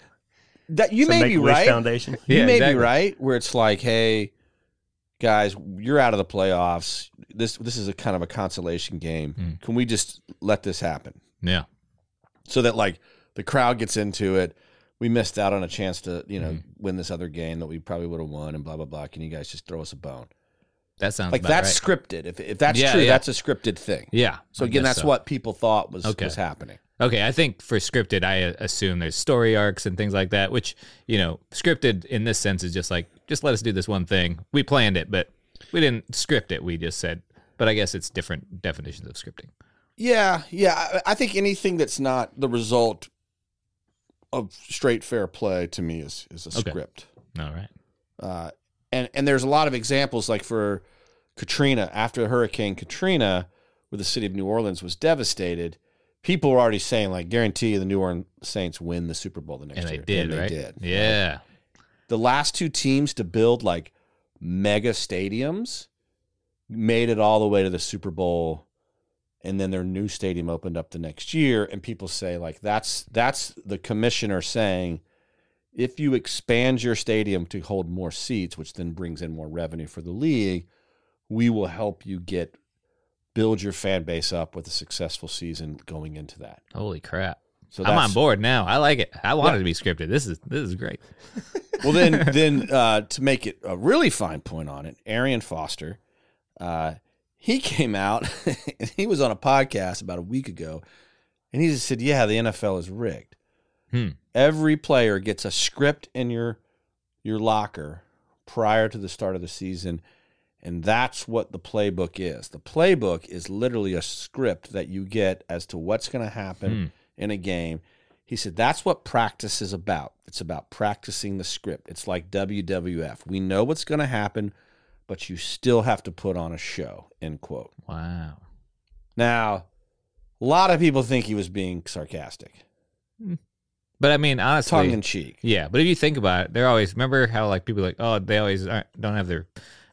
A: that [LAUGHS] you
C: So
A: may be
C: Make-A-Wish
A: right.
C: Foundation.
A: You
B: Yeah,
A: may
B: exactly.
A: be right where it's like, hey, guys, you're out of the playoffs. This this is a kind of a consolation game.
B: Mm.
A: Can we just let this happen
B: Yeah.
A: so that like the crowd gets into it? We missed out on a chance to you know
B: Mm.
A: win this other game that we probably would have won and blah blah blah. Can you guys just throw us a bone?
B: That sounds
A: Like
B: about
A: that's
B: right.
A: scripted. If if that's
B: Yeah,
A: true,
B: yeah.
A: that's a scripted thing.
B: Yeah.
A: So
B: I
A: again,
B: guess
A: that's
B: so.
A: what people thought was
B: Okay.
A: was happening.
B: Okay, I think for scripted, I uh, assume there's story arcs and things like that, which you know, scripted in this sense is just like, just let us do this one thing. We planned it, but we didn't script it. We just said, but I guess it's different definitions of scripting.
A: Yeah, yeah. I, I think anything that's not the result of straight fair play to me is is a
B: Okay.
A: script.
B: All right.
A: Uh, and and there's a lot of examples like for Katrina after Hurricane Katrina, where the city of New Orleans was devastated. People were already saying like, guarantee you the New Orleans Saints win the Super Bowl the next
B: And they
A: year.
B: did,
A: and they
B: right?
A: did.
B: Yeah.
A: the last two teams to build like mega stadiums made it all the way to the Super Bowl and then their new stadium opened up the next year and people say like that's that's the commissioner saying if you expand your stadium to hold more seats which then brings in more revenue for the league we will help you get build your fan base up with a successful season going into that
B: Holy crap.
A: so
B: I'm
A: that's-
B: on board now. I like it. I wanted to be scripted. This is this is great.
A: Well, then, then uh, to make it a really fine point on it, Arian Foster, uh, he came out [LAUGHS] and he was on a podcast about a week ago, and he just said, "Yeah, the NFL is rigged.
B: Hmm.
A: Every player gets a script in your your locker prior to the start of the season." And that's what the playbook is. The playbook is literally a script that you get as to what's going to happen
B: Hmm.
A: in a game. He said that's what practice is about. It's about practicing the script. It's like WWF. We know what's going to happen, but you still have to put on a show. End quote.
B: Wow.
A: Now, a lot of people think he was being sarcastic,
B: But I mean, honestly,
A: tongue in cheek.
B: Yeah, but if you think about it, they're always remember how like people are like oh they always aren't, don't have their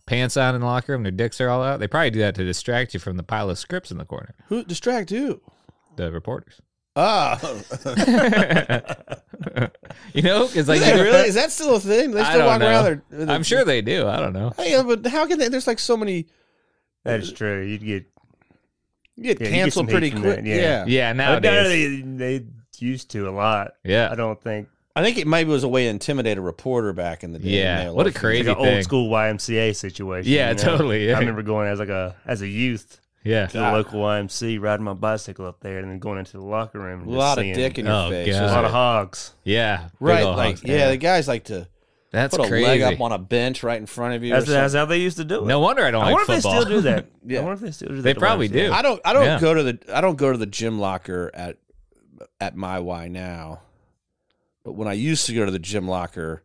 B: pants on in the locker room, their dicks are all out. They probably do that to distract you from the pile of scripts in the corner,
A: Who distract who?
B: the reporters. [LAUGHS]
A: Ah,
B: you know, because like
A: is
B: you
A: that
B: know- [LAUGHS]
A: really? Is that still a thing? They
B: I
A: still
B: don't
A: walk
B: know.
A: around there. with
B: I'm
A: a-
B: sure they do. I don't know.
A: Hey, uh, but how can they? There's like so many.
C: That is true.
A: [LAUGHS]
C: You'd get.
A: You get
C: Yeah, you get
A: canceled
C: some hate
A: pretty
C: from
A: quick.
C: that,
A: Yeah.
C: yeah.
B: Yeah,
C: I know
B: nowadays.
C: they, they used to a lot. I
B: Yeah,
C: don't think
A: I think it maybe was a way to intimidate a reporter back in the day. when
B: Yeah.
A: they
B: What a
A: allowed-
B: crazy
C: it's like an
B: thing.
C: old school YMCA situation.
B: Yeah,
C: you know?
B: totally. Yeah.
C: I remember going as like a as a youth
B: yeah.
C: to the local YMC, riding my bicycle up there, and then going into the locker room.
A: A
C: And just
A: lot of
C: seeing
A: dick in your
B: Oh,
A: face.
B: God.
C: a
A: There's
C: lot of hogs.
B: Yeah. Big
A: Right,
B: ol'
A: like
B: honks.
A: yeah, the guys like to
B: That's
A: put a
B: crazy.
A: leg up on a bench right in front of you. or
C: That's, that's
A: something.
C: how they used to do it.
B: no wonder I don't
C: I
B: like
C: wonder if they
B: football.
C: still do that.
A: [LAUGHS] Yeah.
C: I wonder if they still do that.
B: They
C: to
B: probably
C: YMCA.
B: do.
A: I don't. I don't
B: Yeah.
A: go to the. I don't go to the gym locker at at my Y now, but when I used to go to the gym locker,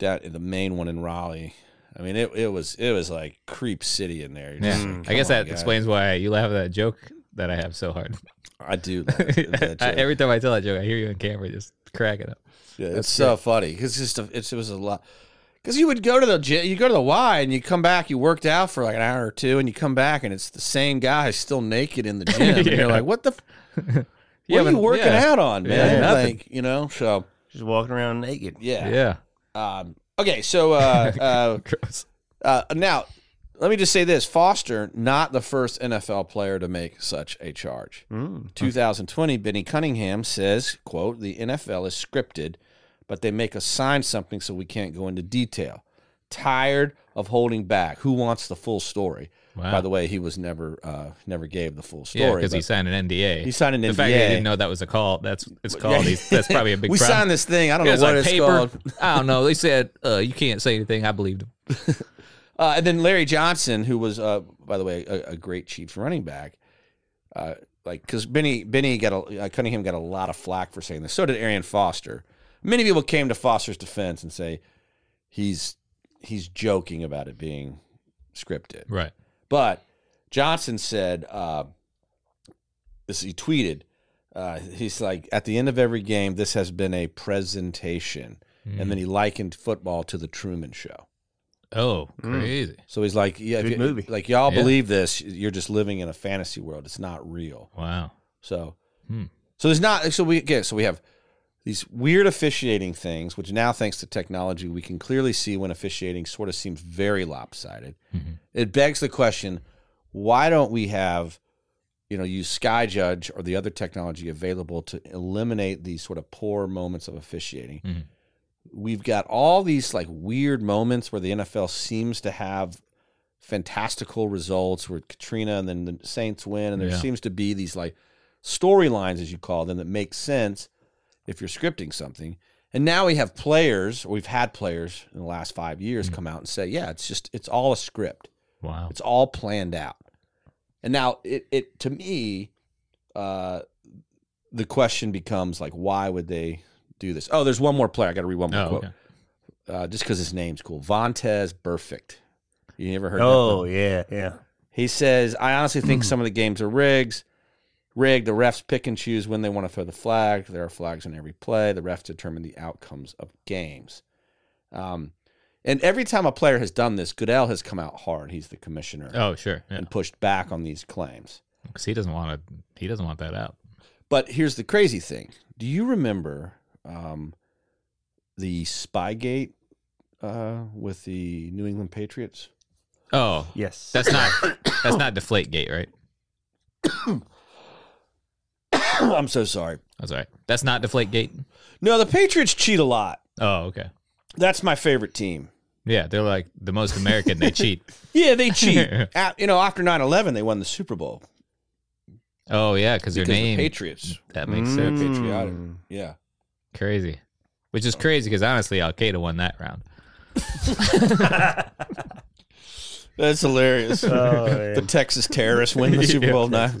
A: that the main one in Raleigh. I mean, it, it was it was like creep city in there. You're
B: Yeah.
A: just like,
B: I guess
C: Oh
A: "Come on,
B: that
A: guys."
B: explains why you laugh at that joke that I have so hard.
A: I
B: [LAUGHS]
A: do. Love it. That joke.
B: Every time I tell that joke, I hear you on camera just cracking up.
A: Yeah, it's so funny because just a, it's, it was a lot. Because you would go to the gy- you go to the Y and you come back, you worked out for like an hour or two, and you come back and it's the same guy still naked
B: [LAUGHS]
A: in the gym, and
B: Yeah.
A: you're like, "What the? F- what are
B: but-
A: you working
B: yeah.
A: out on, man?
B: Yeah, nothing.
A: like, you know." So
C: Just walking around naked.
A: yeah.
B: Yeah.
A: Um, okay, so uh,
B: [LAUGHS] Gross.
A: uh, uh, now let me just say this: Foster, not the first NFL player to make such a charge.
C: Mm.
A: 2020, Benny Cunningham says, quote, the NFL is scripted, but they make us sign something so we can't go into detail. Tired of holding back. Who wants the full story?
B: Wow.
A: By the way, he was never uh, never gave the full
B: yeah,
A: story.
B: because he
A: but
B: signed an NDA.
A: he signed an
B: the
A: NDA.
B: fact that he didn't know that was a call, that's it's called. He's, that's
A: [LAUGHS]
B: probably a big
A: we
B: problem.
A: signed this thing. I don't
B: It
A: know
B: was
A: what
B: like
A: it's
B: paper.
A: called.
B: [LAUGHS] I don't know. They said uh, you can't say anything. I believed him.
A: Uh, and then Larry Johnson, who was, uh, by the way, a, a great Chiefs running back, uh, like because Benny Benny got a, uh, Cunningham got a lot of flack for saying this. So did Arian Foster, many people came to Foster's defense and say he's he's joking about it being scripted.
B: Right.
A: But Johnson said, uh, this he tweeted, uh, he's like, at the end of every game, this has been a presentation.
B: Mm.
A: And then he likened football to the Truman Show.
B: Oh,
C: Mm.
B: crazy.
A: So he's like, yeah, if
C: Good
A: you-
C: movie.
A: like y'all
B: Yeah.
A: believe this, you're just living in a fantasy world. It's not real.
B: Wow.
A: So,
B: Hmm.
A: so there's not. So we again, so we have these weird officiating things, which now, thanks to technology, we can clearly see when officiating sort of seems very lopsided.
B: Mhm.
A: It begs the question: Why don't we have, you know, use Sky Judge or the other technology available to eliminate these sort of poor moments of officiating?
B: Mhm.
A: We've got all these like weird moments where the NFL seems to have fantastical results where Katrina and then the Saints win, and there
B: Yeah.
A: seems to be these like storylines, as you call them, that make sense if you're scripting something. And now we have players, or we've had players in the last five years come out and say, yeah, it's just, it's all a script.
B: Wow.
A: It's all planned out. And now it, it to me, uh, the question becomes like, why would they do this? Oh, there's one more player. I got to read one more
B: Oh,
A: quote
B: okay.
A: uh, just because his name's cool. Vontez Perfect. You ever heard that one?
C: Oh yeah, yeah.
A: He says, I honestly
B: [CLEARS THROAT]
A: think some of the games are rigs. Rigged. The refs pick and choose when they want to throw the flag. There are flags on every play. The refs determine the outcomes of games. Um, and every time a player has done this, Goodell has come out hard. He's the commissioner
B: Oh, sure. Yeah.
A: and pushed back on these claims.
B: 'Cause he doesn't want to. He doesn't want that out.
A: But here's the crazy thing. Do you remember um, the Spygate uh, with the New England Patriots? [CLEARS THROAT]
B: Oh,
C: Yes.
B: that's not.
A: [COUGHS]
B: that's not Deflate Gate, right?
A: I'm so sorry.
B: That's all right. That's not Deflate Gate.
A: No, the Patriots cheat a lot.
B: Oh, okay.
A: That's my favorite team.
B: Yeah, they're like the most
A: [LAUGHS]
B: American. They cheat.
A: Yeah, they cheat. At- you know, after 9-11, they won the Super Bowl
B: Oh yeah, because their
A: because the
B: name.
A: Patriots.
B: that makes sense.
A: Mm. patriotic. Yeah, Mm.
B: Crazy. Which is crazy because honestly, Al Qaeda won that round.
A: that's hilarious.
C: Oh,
A: [LAUGHS]
C: yeah.
A: the Texas terrorists win the Super Bowl nine.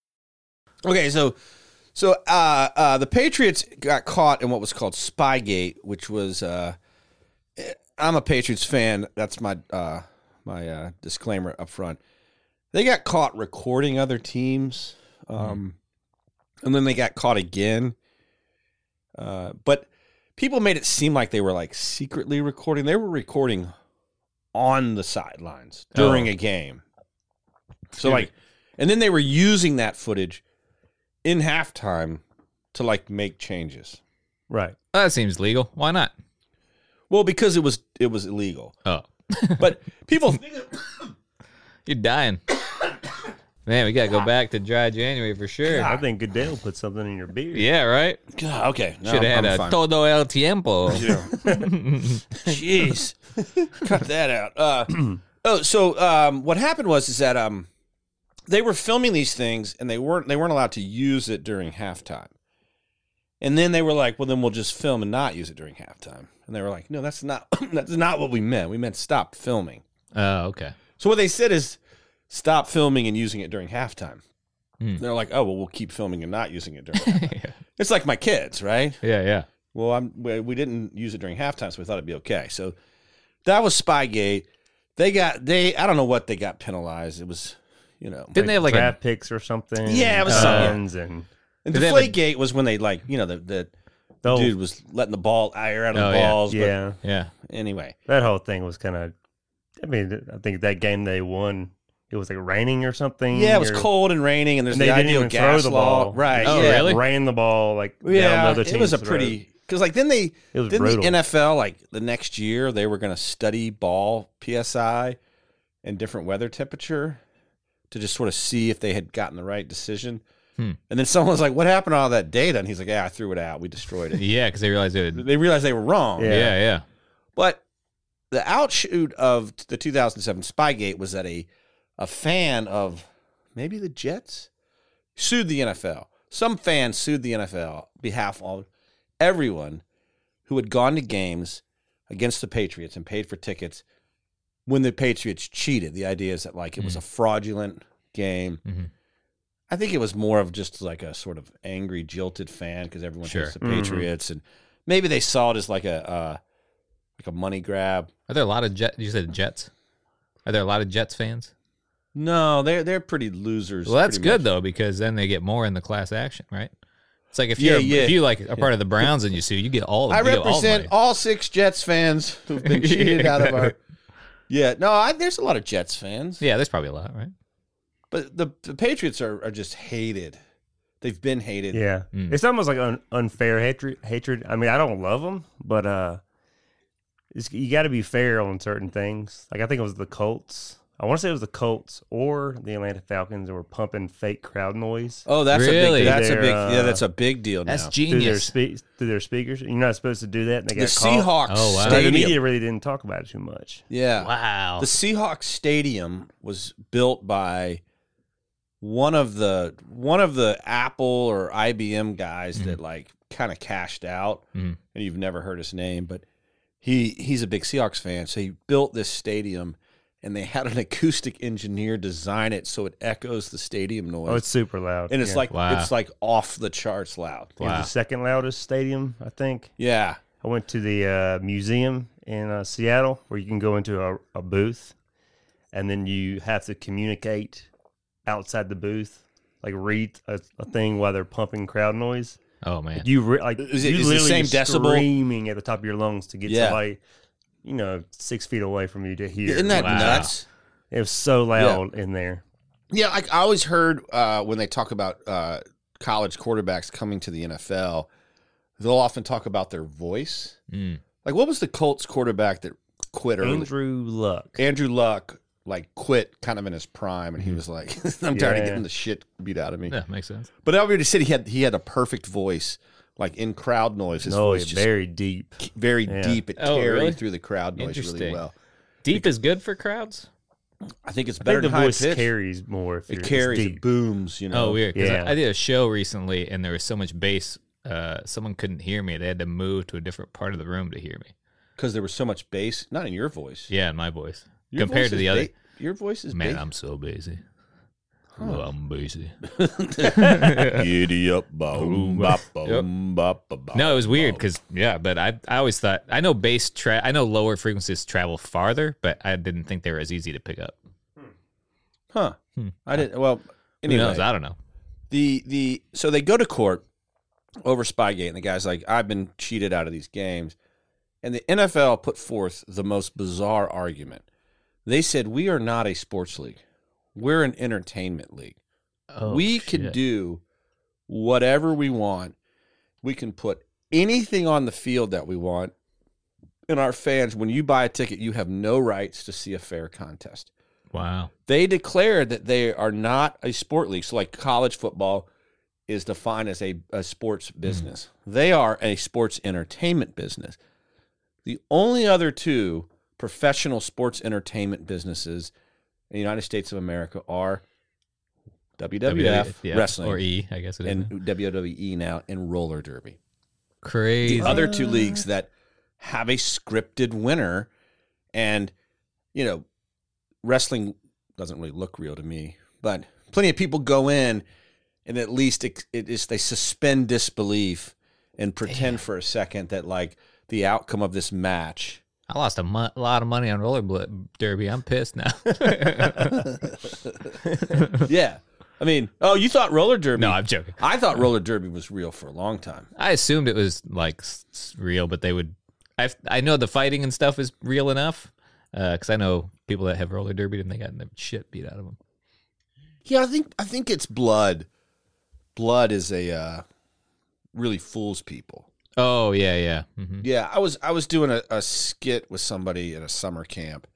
A: Okay, so so uh, uh, the Patriots got caught in what was called Spygate, which was uh, eh, I'm a Patriots fan. That's my uh, my uh, disclaimer up front. They got caught recording other teams, um, and then they got caught again. Uh, but people made it seem like they were like secretly recording. They were recording on the sidelines during
B: Oh.
A: a game. So like, and then they were using that footage in halftime to like make changes.
C: Right.
B: Well, that seems legal. Why not?
A: Well, because it was it was illegal.
B: Oh,
A: But people
B: you're dying. [COUGHS] Man, we gotta go back to dry January for sure.
C: I think Goodell put something in your beard.
B: Yeah, right.
A: God, okay, no,
B: Should have
A: I'm
B: had a
A: fine.
B: todo el tiempo.
A: [LAUGHS]
B: [LAUGHS]
A: Jeez, cut that out. Uh, oh, so um, what happened was is that um, they were filming these things and they weren't they weren't allowed to use it during halftime. And then they were like, "Well, then we'll just film and not use it during halftime." And they were like, "No, that's not [COUGHS] that's not what we meant. We meant stop filming."
B: Oh, okay.
A: So what they said is, "Stop filming and using it during halftime."
B: Hmm.
A: They're like, "Oh, well, we'll keep filming and not using it
B: [LAUGHS]
A: during." halftime."
B: yeah,
A: it's like my kids, right?
B: yeah.
A: Well, I'm, we we didn't use it during halftime, so we thought it'd be okay. So that was Spygate. They got they. I don't know what they got penalized. It was, you know,
B: Didn't they have like a
C: draft picks or something?
A: Yeah, it was something.
C: tons and
A: and
B: did they have a-
A: Deflategate was when they like you know the, the
C: the whole,
A: dude was letting the ball air out of
B: Oh,
A: the
B: yeah.
A: balls. but
C: Oh. yeah.
B: yeah?
A: anyway,
C: That whole thing was kind of. I mean, th- I think that game they won, it was like raining or something.
A: yeah, it was
C: or-
A: cold and raining, and there's
C: And they
A: the
C: didn't
A: ideal
C: even throw
A: gas
C: the
A: law.
C: ball.
A: Right?
B: Oh,
A: yeah,
B: really?
C: Ran the ball like down the
A: Yeah,
C: other
A: it was a
C: team's
A: pretty because like then they
C: It was
A: then
C: brutal.
A: the NFL like the next year they were going to study ball psi and different weather temperature to just sort of see if they had gotten the right decision.
B: Hmm.
A: And then someone's like, "What happened to all that data?" And he's like, "Yeah, I threw it out. We
B: [LAUGHS]
A: destroyed it."
B: Yeah, because they realized it.
A: they realized they were wrong.
B: yeah,
C: Yeah.
B: yeah.
A: But the outshoot of the 2007 Spygate was that a a fan of maybe the Jets sued the NFL. Some fan sued the NFL on behalf of everyone who had gone to games against the Patriots and paid for tickets when the Patriots cheated. The idea is that like it was a fraudulent game.
B: Mhm.
A: I think it was more of just like a sort of angry, jilted fan because everyone
B: Sure.
A: hates the
C: Mhm.
A: Patriots, and maybe they saw it as like a uh, like a money grab.
B: Are there a lot of Jet? You said Jets. Are there a lot of Jets fans?
A: No, they're they're pretty losers.
B: Well, that's
A: pretty
B: good
A: much.
B: though because then they get more in the class action, right? It's like if
A: Yeah,
B: you're
A: yeah.
B: if you like are part of the Browns and you sue, you get all.
A: I
B: you get all the
A: represent
B: money.
A: all, six Jets fans who've been
B: [LAUGHS] Yeah,
A: cheated out of our.
B: exactly.
A: Yeah, no, I, there's a lot of Jets fans.
B: Yeah, there's probably a lot, right?
A: but the the Patriots are are just hated. They've been hated.
C: Yeah,
B: Mm.
C: it's almost like un- unfair hatred. Hatred. I mean, I don't love them, but uh, it's, you got to be fair on certain things. Like I think it was the Colts. I want to say it was the Colts or the Atlanta Falcons that were pumping fake crowd noise
A: Oh, that's a
B: Really?
A: big. That's a
C: They're,
A: big. yeah,
C: uh,
A: that's a big deal.
B: That's
A: now.
C: through their
B: genius.
C: spe- through their speakers. You're not supposed to do that. And they
A: the
C: got caught.
A: Seahawks
B: Oh, wow.
C: But The
A: stadium.
B: [LAUGHS]
C: media really didn't talk about it too much.
A: Yeah.
B: Wow.
A: The Seahawks Stadium was built by one of the one of the Apple or IBM guys that like kind of cashed out,
B: Mhm.
A: and you've never heard his name, but he he's a big Seahawks fan, so he built this stadium, and they had an acoustic engineer design it so it echoes the stadium noise,
C: Oh, it's super loud.
A: and it's
C: Yeah.
A: like
B: Wow.
A: it's like off the charts loud.
C: It was
B: Wow.
C: the second loudest stadium, I think.
A: Yeah,
C: I went to the uh, museum in uh, Seattle where you can go into a, a booth and then you have to communicate outside the booth, like read a, a thing while they're pumping crowd noise.
B: oh man.
C: You re- like
A: Is it-
C: you
A: is the
C: literally
A: same
C: just
A: decibel?
C: screaming at the top of your lungs to get
A: Yeah.
C: somebody, you know, six feet away from you to hear.
A: isn't that
B: Wow.
A: nuts?
C: it was so loud in there.
A: Yeah, I, I always heard uh, when they talk about uh, college quarterbacks coming to the NFL, they'll often talk about their voice.
B: Mm.
A: Like, what was the Colts quarterback that quit early?
C: Andrew Luck.
A: Andrew Luck, like, quit kind of in his prime, and he was like, [LAUGHS] "I'm tired of
C: Mm-hmm. Yeah.
A: getting the shit beat out of me."
B: Yeah, makes sense.
A: But everybody said he had he had a perfect voice, like in crowd noise. His
C: No,
A: voice
C: it's
A: just
C: very deep.
A: very
C: Yeah.
A: deep. It
B: Oh,
A: carried
B: really?
A: through the crowd noise really
B: Interesting.
A: well.
B: Deep is good for crowds.
A: I think it's
C: I
A: better
C: think
A: than
C: the
A: high
C: voice
A: pitch.
C: carries more. If
A: it
C: you're- it's
A: carries,
C: deep.
A: it booms. You know.
B: Oh, weird. 'cause I-
C: Yeah.
B: I, did a show recently, and there was so much bass. Uh, someone couldn't hear me. They had to move to a different part of the room to hear me.
A: because there was so much bass. Not in your voice.
B: Yeah, in my voice
A: Your
B: compared
A: voice
B: to
A: is
B: the other.
A: ba- your voice is
B: Man,
A: ba- [LAUGHS]
B: I'm so busy. Oh, I'm busy.
A: Giddy up, boom, bop, boom, bop, bop, bop.
B: No, it was weird because yeah, but I I always thought I know bass tra- I know lower frequencies travel farther, but I didn't think they were as easy to pick up.
A: huh? I didn't. Well,
B: Hmm. Who
A: anyway,
B: knows? I don't know.
A: the the so they go to court over Spygate, and the guy's like, "I've been cheated out of these games," and the NFL put forth the most bizarre argument. They said, "We are not a sports league; we're an entertainment league.
B: Oh,
A: we can
B: shit.
A: do whatever we want. We can put anything on the field that we want." And our fans, when you buy a ticket, you have no rights to see a fair contest
B: Wow.
A: they declared that they are not a sport league. So, like college football is defined as a, a
B: Hmm.
A: sports business, they are a sports entertainment business. The only other two professional sports entertainment businesses in the United States of America are WWF,
B: yeah,
A: wrestling
B: or E, I guess it is.
A: and WWE now and roller derby.
B: Crazy.
A: The other two leagues that have a scripted winner, and you know, wrestling doesn't really look real to me, but plenty of people go in and at least it, it is they suspend disbelief and pretend for a second that like the outcome of this match.
B: I lost a mo- lot of money on roller bl- derby. I'm
A: [LAUGHS]
B: pissed now.
A: Yeah, I mean, oh, you thought roller derby?
B: no, I'm joking.
A: I thought roller derby was real for a long time.
B: I assumed it was like s- s- real, but they would. I I know the fighting and stuff is real enough because I know people that have roller derby and they got the shit beat out of them.
A: Yeah, I think I think it's blood. Blood is a uh, really fools people.
B: Oh yeah, yeah. hmm
A: Yeah, I was I was doing a, a skit with somebody at a summer camp,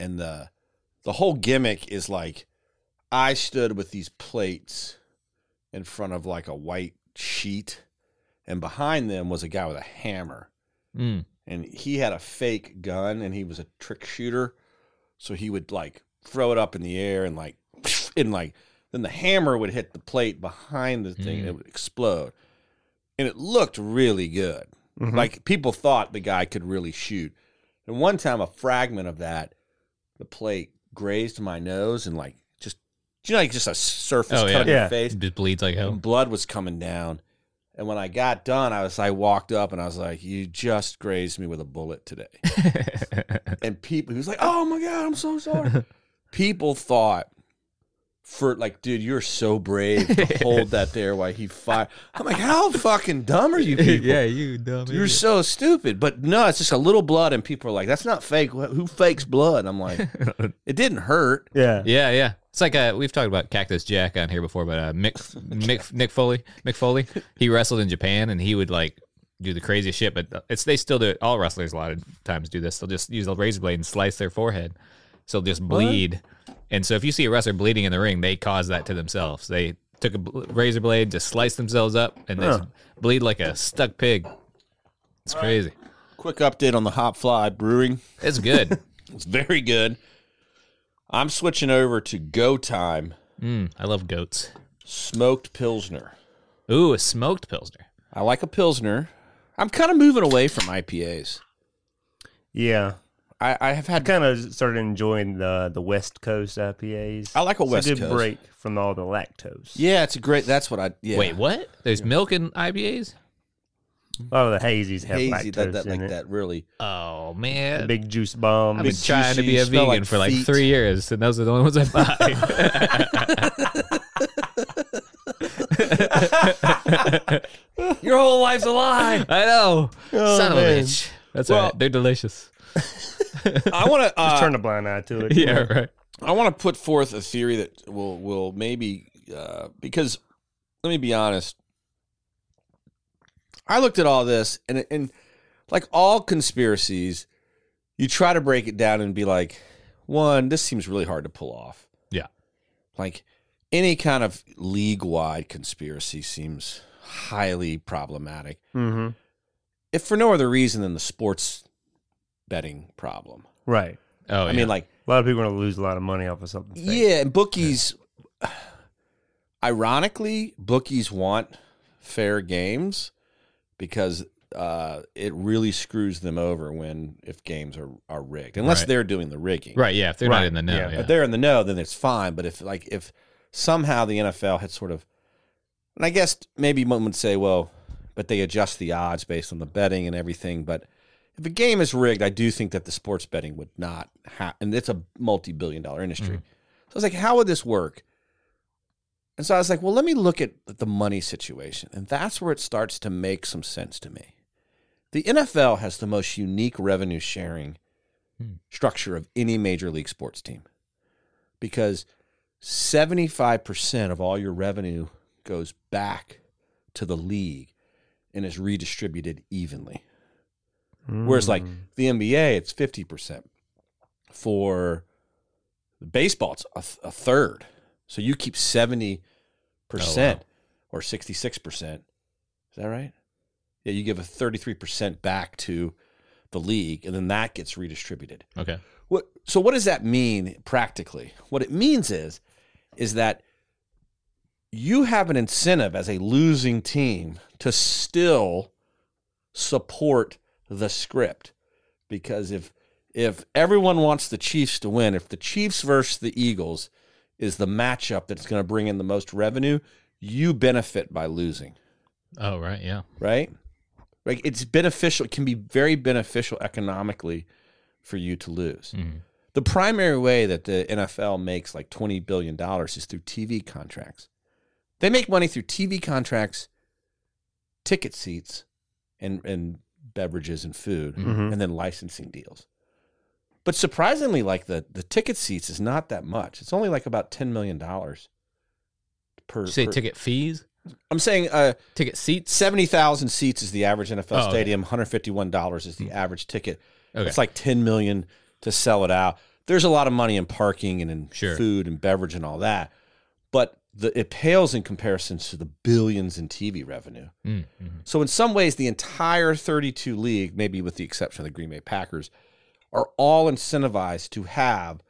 A: and the the whole gimmick is like I stood with these plates in front of like a white sheet, and behind them was a guy with a hammer
B: Mm.
A: and he had a fake gun and he was a trick shooter so he would like throw it up in the air and like [LAUGHS] and like then the hammer would hit the plate behind the thing and it would explode and it looked really good
B: Mm-hmm.
C: Mhm.
A: like people thought the guy could really shoot and one time a fragment of that the plate grazed my nose and like just you know like just a surface
B: Oh,
A: cut
B: yeah.
A: in your
C: Yeah.
A: face
B: It just bleeds like hell.
A: and blood was coming down. And when I got done, I was I walked up and I was like, "You just grazed me with a bullet
B: [LAUGHS]
A: today." and [LAUGHS] people, he was like, "Oh my god, I'm so
B: [LAUGHS]
A: sorry." people thought for like, dude, you're so brave
B: [LAUGHS]
A: to hold that there while he fired. I'm like, how fucking dumb are you people?
B: [LAUGHS] yeah, you dumb.
A: You're
B: idiot.
A: so stupid. But no, it's just a little blood, and people are like, "That's not fake. Wh- Who fakes blood?" And I'm
C: [LAUGHS]
A: like, "It didn't hurt."
C: Yeah.
B: Yeah, yeah. It's like uh, we've talked about Cactus Jack on here before, but uh, Mick, Mick, Nick Foley, Mick Foley, he wrestled in Japan and he would like do the craziest shit. But it's they still do it. All wrestlers a lot of times do this. They'll just use a razor blade and slice their forehead, so they'll just bleed. And so if you see a wrestler bleeding in the ring, they cause that to themselves. They took a bl- razor blade, just sliced themselves up, and they just bleed like a stuck pig. It's crazy.
A: Quick update on the Hop Fly Brewing. [LAUGHS]
B: It's good.
A: It's very good. I'm switching over to Go Time
B: mm, I love goats.
A: Smoked Pilsner.
B: Ooh, a smoked pilsner.
A: I like a Pilsner. I'm kind of moving away from IPAs.
C: Yeah.
A: I, I have
C: I
A: had.
C: kind of started enjoying the the West Coast IPAs.
A: I like a
C: It's
A: West
C: good
A: Coast.
C: break from all the lactose.
A: Yeah, it's a great. That's what I. Yeah.
B: Wait, what? There's milk in IBAs?
C: A lot of the hazies have
A: Hazy,
C: lactose
A: that, that,
C: in
A: like
C: it.
A: that
C: [LAUGHS]
A: really.
B: Oh
C: The
B: man.
C: big juice bomb.
B: I've
A: Big
B: been trying to be a
A: juicy, smell
B: vegan
A: like
B: for like
A: feet.
B: three years, and those are the
A: [LAUGHS]
B: only ones I buy.
A: [LAUGHS] Your whole life's a lie.
B: [LAUGHS] I know.
C: Oh,
B: Son of
C: man.
B: a bitch. That's
A: Well-
B: right.
A: [LAUGHS]
B: They're delicious.
A: I want to.
C: Just
A: Uh,
C: turn a blind eye
A: [LAUGHS]
C: to it.
B: Yeah, right.
A: I want to put forth a theory that will will maybe uh, because let me be honest. I looked at all this and and like all conspiracies, you try to break it down and be like, one, this seems really hard to pull off.
B: Yeah.
A: Like any kind of league wide conspiracy seems highly problematic,
C: Mm-hmm.
A: if for no other reason than the sports betting problem.
C: Right.
B: Oh,
A: I
B: yeah.
A: mean, like
C: A lot of people are going to lose a lot of money off of something. fake.
A: Yeah, and bookies. [SIGHS] Ironically, bookies want fair games because uh, it really screws them over when if games are, are rigged, unless
B: Right.
A: they're doing the rigging.
B: right. Yeah, if they're
C: Right,
B: not in the know.
C: yeah.
B: Yeah.
A: If they're in the know, then it's fine. But if like if somehow the NFL had sort of, and I guess maybe one would say, well, but they adjust the odds based on the betting and everything. But if a game is rigged, I do think that the sports betting would not have, and it's a multi-billion-dollar industry.
B: Mm-hmm.
A: So I was like, how would this work? And so I was like, well, let me look at the money situation, and that's where it starts to make some sense to me. The NFL has the most unique revenue sharing
B: Hmm.
A: structure of any major league sports team because 75% of all your revenue goes back to the league and is redistributed evenly. Whereas, like
C: Mm.
A: the NBA, it's 50%. For baseball, it's a, th- a third. So you keep 70% or 66%. Is that right? Yeah, you give a 33% back to the league, and then that gets redistributed.
B: Okay.
A: What, so what does that mean practically? What it means is is that you have an incentive as a losing team to still support the script because if if everyone wants the Chiefs to win, if the Chiefs versus the Eagles is the matchup that's going to bring in the most revenue, you benefit by losing
B: Oh, right. Yeah.
A: right? Like it's beneficial, it can be very beneficial economically for you to lose.
B: Mhm.
A: The primary way that the NFL makes like $20 billion is through TV contracts. They make money through TV contracts, ticket seats, and, and beverages and food,
C: Mhm.
B: Mm-hmm.
A: and then licensing deals. But surprisingly, like the, the ticket seats is not that much. It's only like about $10 million per.
B: Did you say
A: per-
B: ticket fees?
A: I'm saying uh,
B: Ticket seats?
A: Seventy thousand seats is the average NFL
B: Oh, okay. Mm.
A: stadium. One hundred fifty-one dollars is the average ticket.
B: Okay.
A: It's like ten million to sell it out. There's a lot of money in parking and in
B: Sure.
A: food and beverage and all that, but the it pales in comparison to the billions in TV revenue.
B: Mm, mhm.
A: So in some ways, the entire 32 league, maybe with the exception of the Green Bay Packers, are all incentivized to have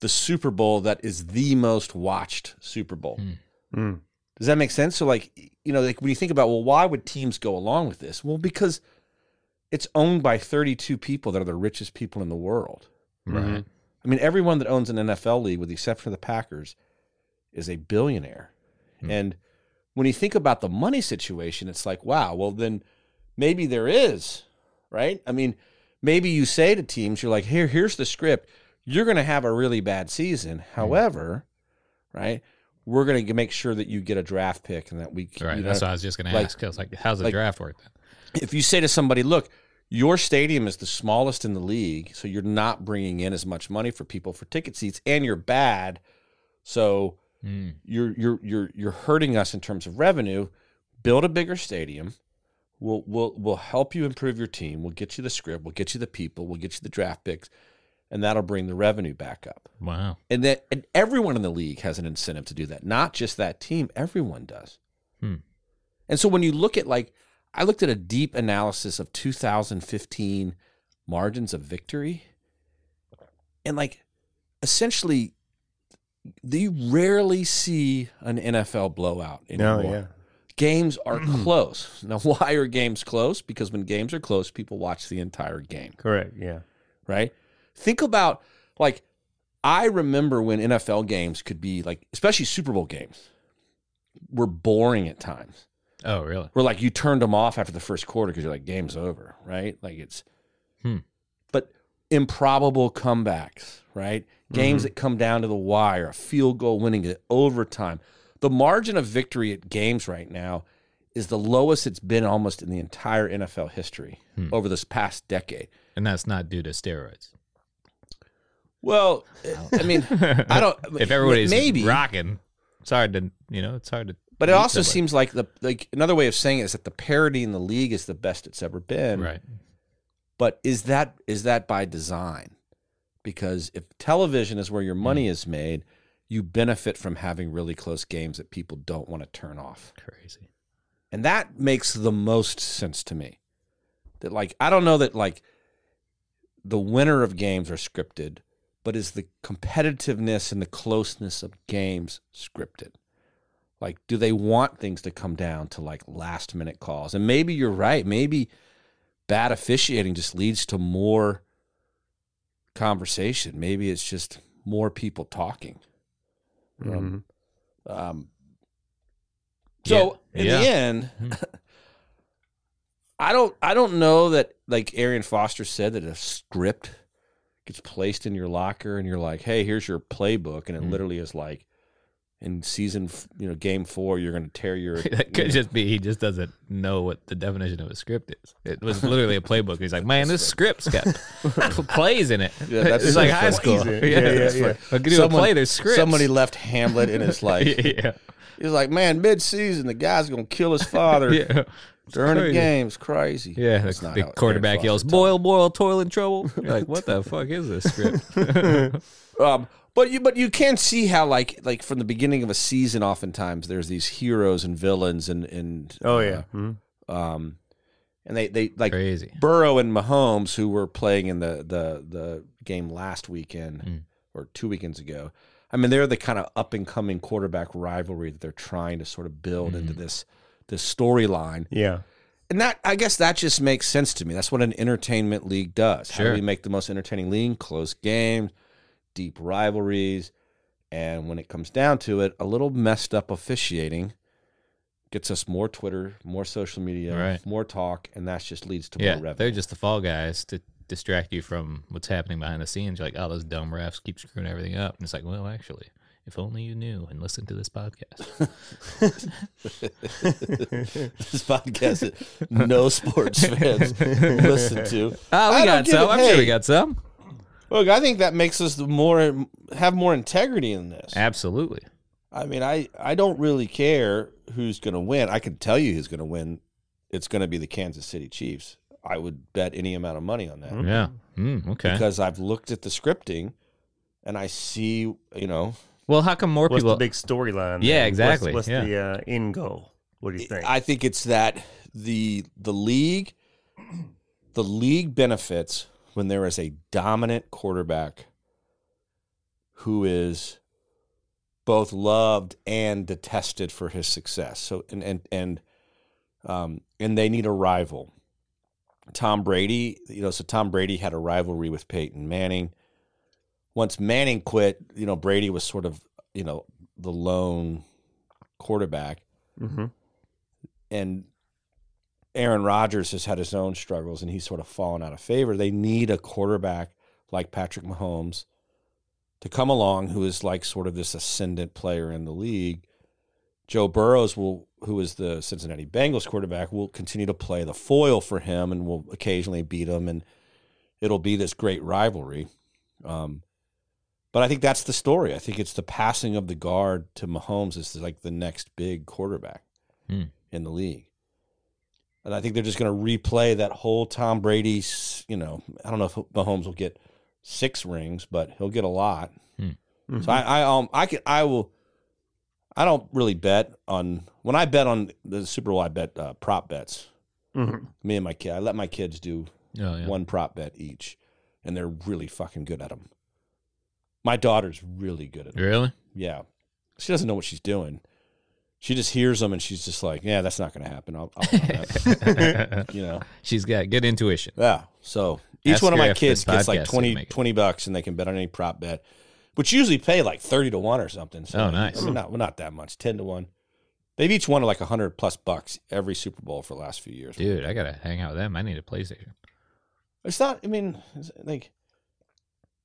A: the Super Bowl that is the most watched Super Bowl.
B: Hmm.
C: Mm.
A: Does that make sense? So, like, you know, like when you think about, well, why would teams go along with this? Well, because it's owned by 32 people that are the richest people in the world.
B: Right.
C: Mm-hmm.
A: I mean, everyone that owns an NFL league, with the exception of the Packers, is a billionaire.
B: Hmm.
A: And when you think about the money situation, it's like, wow, well, then maybe there is, right? I mean, maybe you say to teams, you're like, here, here's the script. You're going to have a really bad season.
B: Hmm.
A: However, right, we're going to make sure that you get a draft pick and that we,
B: Right.
A: you know,
B: That's what I was just gonna
A: like-
B: ask. I was like, how's the
A: like-
B: draft work then?
A: if you say to somebody, look, your stadium is the smallest in the league, so you're not bringing in as much money for people for ticket seats, and you're bad, so
B: Mm.
A: you're you're you're you're hurting us in terms of revenue. Build a bigger stadium. We'll we'll we'll help you improve your team. We'll get you the script. We'll get you the people. We'll get you the draft picks, and that'll bring the revenue back up.
B: Mm, Wow.
A: And that and everyone in the league has an incentive to do that, not just that team. Everyone does.
B: Hmm.
A: And so when you look at like, I looked at a deep analysis of 2015 margins of victory, and like, essentially, you rarely see an NFL blowout
C: No,
A: anymore.
C: yeah.
A: Games
C: [CLEARS THROAT]
A: are close. Now, why are games close? Because when games are close, people watch the entire game
C: Correct. Yeah.
A: right? Think about like I remember when NFL games could be like, especially Super Bowl games, were boring at times.
B: Oh, really?
A: Where like you turned them off after the first quarter because you're like, game's over, right? Like it's,
B: Hmm.
A: but improbable comebacks, right?
B: Mm-hmm.
A: Games that come down to the wire, a field goal winning it, overtime. The margin of victory at games right now is the lowest it's been almost in the entire NFL history
B: Hmm.
A: over this past decade.
B: And that's not due to steroids.
A: Well, I
B: [LAUGHS]
A: mean, I don't.
B: if everybody's
A: maybe,
B: rocking, it's hard to you know, it's hard to.
A: but it
B: beat
A: also
B: somebody.
A: seems like the like another way of saying it is that the parity in the league is the best it's ever been.
B: right.
A: But is that is that by design? Because if television is where your money
B: Hmm.
A: is made, you benefit from having really close games that people don't want to turn off,
B: Crazy.
A: and that makes the most sense to me. That like I don't know that like the winner of games are scripted, but is the competitiveness and the closeness of games scripted? Like, do they want things to come down to like last minute calls? And maybe you're right. Maybe bad officiating just leads to more conversation. Maybe it's just more people talking. Um, um, so
B: Yeah.
A: in
B: Yeah.
A: the end, [LAUGHS]
B: Mhm.
A: I don't I don't know that like Arian Foster said that a script gets placed in your locker and you're like, hey, here's your playbook, and it
B: Mhm.
A: literally is like, in season f- you know game four, you're going to tear your
B: [LAUGHS] [LAUGHS] that
A: you
B: could
A: know,
B: just be he just doesn't know what the definition of a script is. It was literally a playbook. He's like, man, this
A: [LAUGHS]
B: script's got pl- plays in it.
A: Yeah, that's-
B: [LAUGHS] it's like high
A: that's
B: school.
C: plays
B: Yeah,
C: in it. Yeah, yeah,
B: that's
C: yeah.
B: right. I could do a play. There's scripts.
A: Somebody left Hamlet and [LAUGHS] it's like
B: [LAUGHS] yeah,
A: he's like, man, mid season the guy's gonna kill his father
B: [LAUGHS] yeah.
A: during the
B: Crazy.
A: game's crazy.
B: Yeah,
A: That's
B: the,
A: not
B: the
A: how Arian
B: quarterback
A: Foster
B: yells,
A: talks.
B: "Boil, boil, toil and trouble." You're like, "What the fuck is this script?"
A: [LAUGHS] Um, but you but you can see how like like from the beginning of a season, oftentimes there's these heroes and villains and and
C: Oh
A: uh,
C: yeah. Mhm.
A: um, and they they like
B: Crazy.
A: Burrow and Mahomes who were playing in the the the game last weekend
B: Mm.
A: or two weekends ago. I mean, they're the kind of up and coming quarterback rivalry that they're trying to sort of build into
C: Mm-hmm.
A: this this storyline.
C: Yeah.
A: And that I guess that just makes sense to me. That's what an entertainment league does. How
B: Sure.
A: do we make the most entertaining league? Close games, deep rivalries, and when it comes down to it, a little messed up officiating gets us more Twitter, more social media,
B: Right.
A: more talk, and that just leads to
B: Yeah,
A: more revenue.
B: they're just [LAUGHS] the fall guys to distract you from what's happening behind the scenes. You're like, "Oh, those dumb refs keep screwing everything up," and it's like, "Well, actually." If only you knew and listened to this podcast.
A: [LAUGHS]
B: [LAUGHS]
A: this podcast that no sports fans
B: [LAUGHS]
A: listen to.
B: Oh,
A: I don't
B: we got
A: get
B: some.
A: it.
B: I'm sure
A: Hey.
B: we got some.
A: Look, I think that makes us more have more integrity in this.
B: Absolutely.
A: I mean, I, I don't really care who's going to win. I can tell you who's going to win. It's going to be the Kansas City Chiefs. I would bet any amount of money on that
C: Mm-hmm.
B: Yeah. Mm, okay.
A: because I've looked at the scripting and I see, you know,
B: Well, how come more
C: What's
B: people?
C: the big storyline?
B: Yeah,
C: there?
B: exactly,
C: What's, what's
B: yeah.
C: the uh, end goal? What do you think?
A: I think it's that the the league the league benefits when there is a dominant quarterback who is both loved and detested for his success. So and and and um and they need a rival. Tom Brady, you know, so Tom Brady had a rivalry with Peyton Manning. Once Manning quit, you know, Brady was sort of, you know, the lone quarterback
C: mm-hmm.
A: and Aaron Rodgers has had his own struggles and he's sort of fallen out of favor. They need a quarterback like Patrick Mahomes to come along who is like sort of this ascendant player in the league. Joe Burrows will who is the Cincinnati Bengals quarterback will continue to play the foil for him and will occasionally beat him and it'll be this great rivalry. Um but I think that's the story. I think it's the passing of the guard to Mahomes is like the next big quarterback in the league. And I think they're just going to replay that whole Tom Brady's, you know, I don't know if Mahomes will get six rings, but he'll get a lot.
C: Mm-hmm.
A: So I, I, um, I can, I will, I don't really bet on, when I bet on the Super Bowl, I bet uh, prop bets.
C: Mhm.
A: Me and my kid, I let my kids do
B: oh, yeah.
A: one prop bet each, and they're really fucking good at them. My daughter's really good at them.
B: [LAUGHS] Really?
A: Yeah. She doesn't know what she's doing. She just hears them and she's just like, yeah, that's not going to happen. I'll, I'll bet on
B: [LAUGHS]
A: that. you know?
B: She's got good intuition.
A: Yeah. So each
B: Ask
A: one of
B: her
A: my
B: if
A: kids
B: this
A: gets
B: podcast
A: like
B: would
A: 20,
B: make it.
A: 20 bucks and they can bet on any prop bet, which usually pay like 30 to 1 or something. So
B: Oh, nice.
A: We're not, we're not that much, 10 to 1. They've each won like 100 plus bucks every Super Bowl for the last few years.
B: Dude, I gotta hang out with them. I need a PlayStation.
A: It's not, I mean, it's like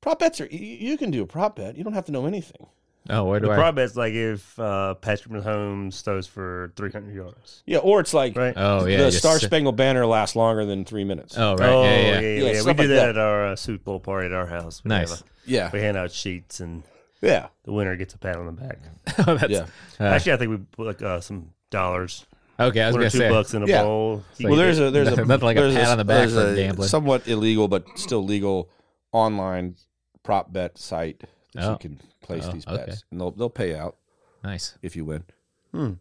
A: prop bets are, you, you can do a prop bet. You don't have to know anything.
B: Oh, where do
C: The
B: I?
C: prop bet's like if uh, Patrick Mahomes throws for 300 yards,
A: Yeah. Or it's like
C: right?
B: oh yeah,
A: the
B: just-
A: Star Spangled Banner lasts longer than three minutes.
B: Oh right, yeah, yeah.
C: yeah,
A: Yeah,
C: yeah. We
A: stuff
C: do
A: like
C: that,
A: that.
C: at our uh, Super Bowl party at our house. We
B: Nice.
C: have
A: Yeah.
C: a- we hand out sheets and
A: Yeah.
C: the winner gets a pat on the back.
B: [LAUGHS] Oh, that's-
A: Yeah.
B: uh,
C: Actually, I think we put like uh, some dollars,
B: okay, I was
C: one or
B: gonna
C: two
B: say.
C: bucks in a
A: Yeah.
C: bowl. You
A: well,
C: get-
A: there's a
B: [LAUGHS]
A: there's a
B: nothing- nothing like a
A: there's
B: pat on the back
A: there's
B: for
A: a
B: gambling.
A: Somewhat illegal, but still legal online prop bet site that
B: Oh.
A: you can place
B: Oh,
A: these
B: okay.
A: bets, and they'll they'll pay out
B: Nice.
A: if you win.
C: Hmm.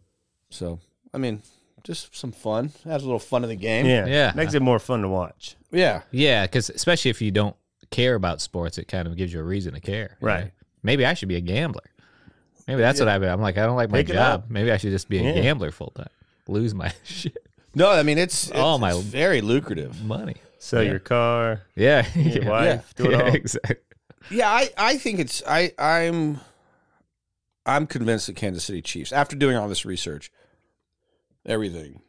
A: So I mean, just some fun. That's a little fun of the game.
C: yeah,
B: Yeah.
C: makes it more fun to watch.
A: Yeah.
B: Yeah, because especially if you don't care about sports, it kind of gives you a reason to care. you
C: Right.
B: know? Maybe I should be a gambler. Maybe that's what I've been. I'm like, I don't like my
C: Pick it
B: job.
C: up.
B: Maybe I should just be a
C: Yeah.
B: gambler full time. Lose my [LAUGHS] shit
A: No, I mean it's, it's
B: Oh, my-
A: it's very lucrative.
B: money.
C: Sell your car, [LAUGHS]
B: Yeah.
C: your
B: yeah.
C: wife, do
B: [LAUGHS]
C: it
B: Yeah,
C: all.
B: exactly.
A: Yeah, I I think it's I I'm I'm convinced that Kansas City Chiefs after doing all this research, everything.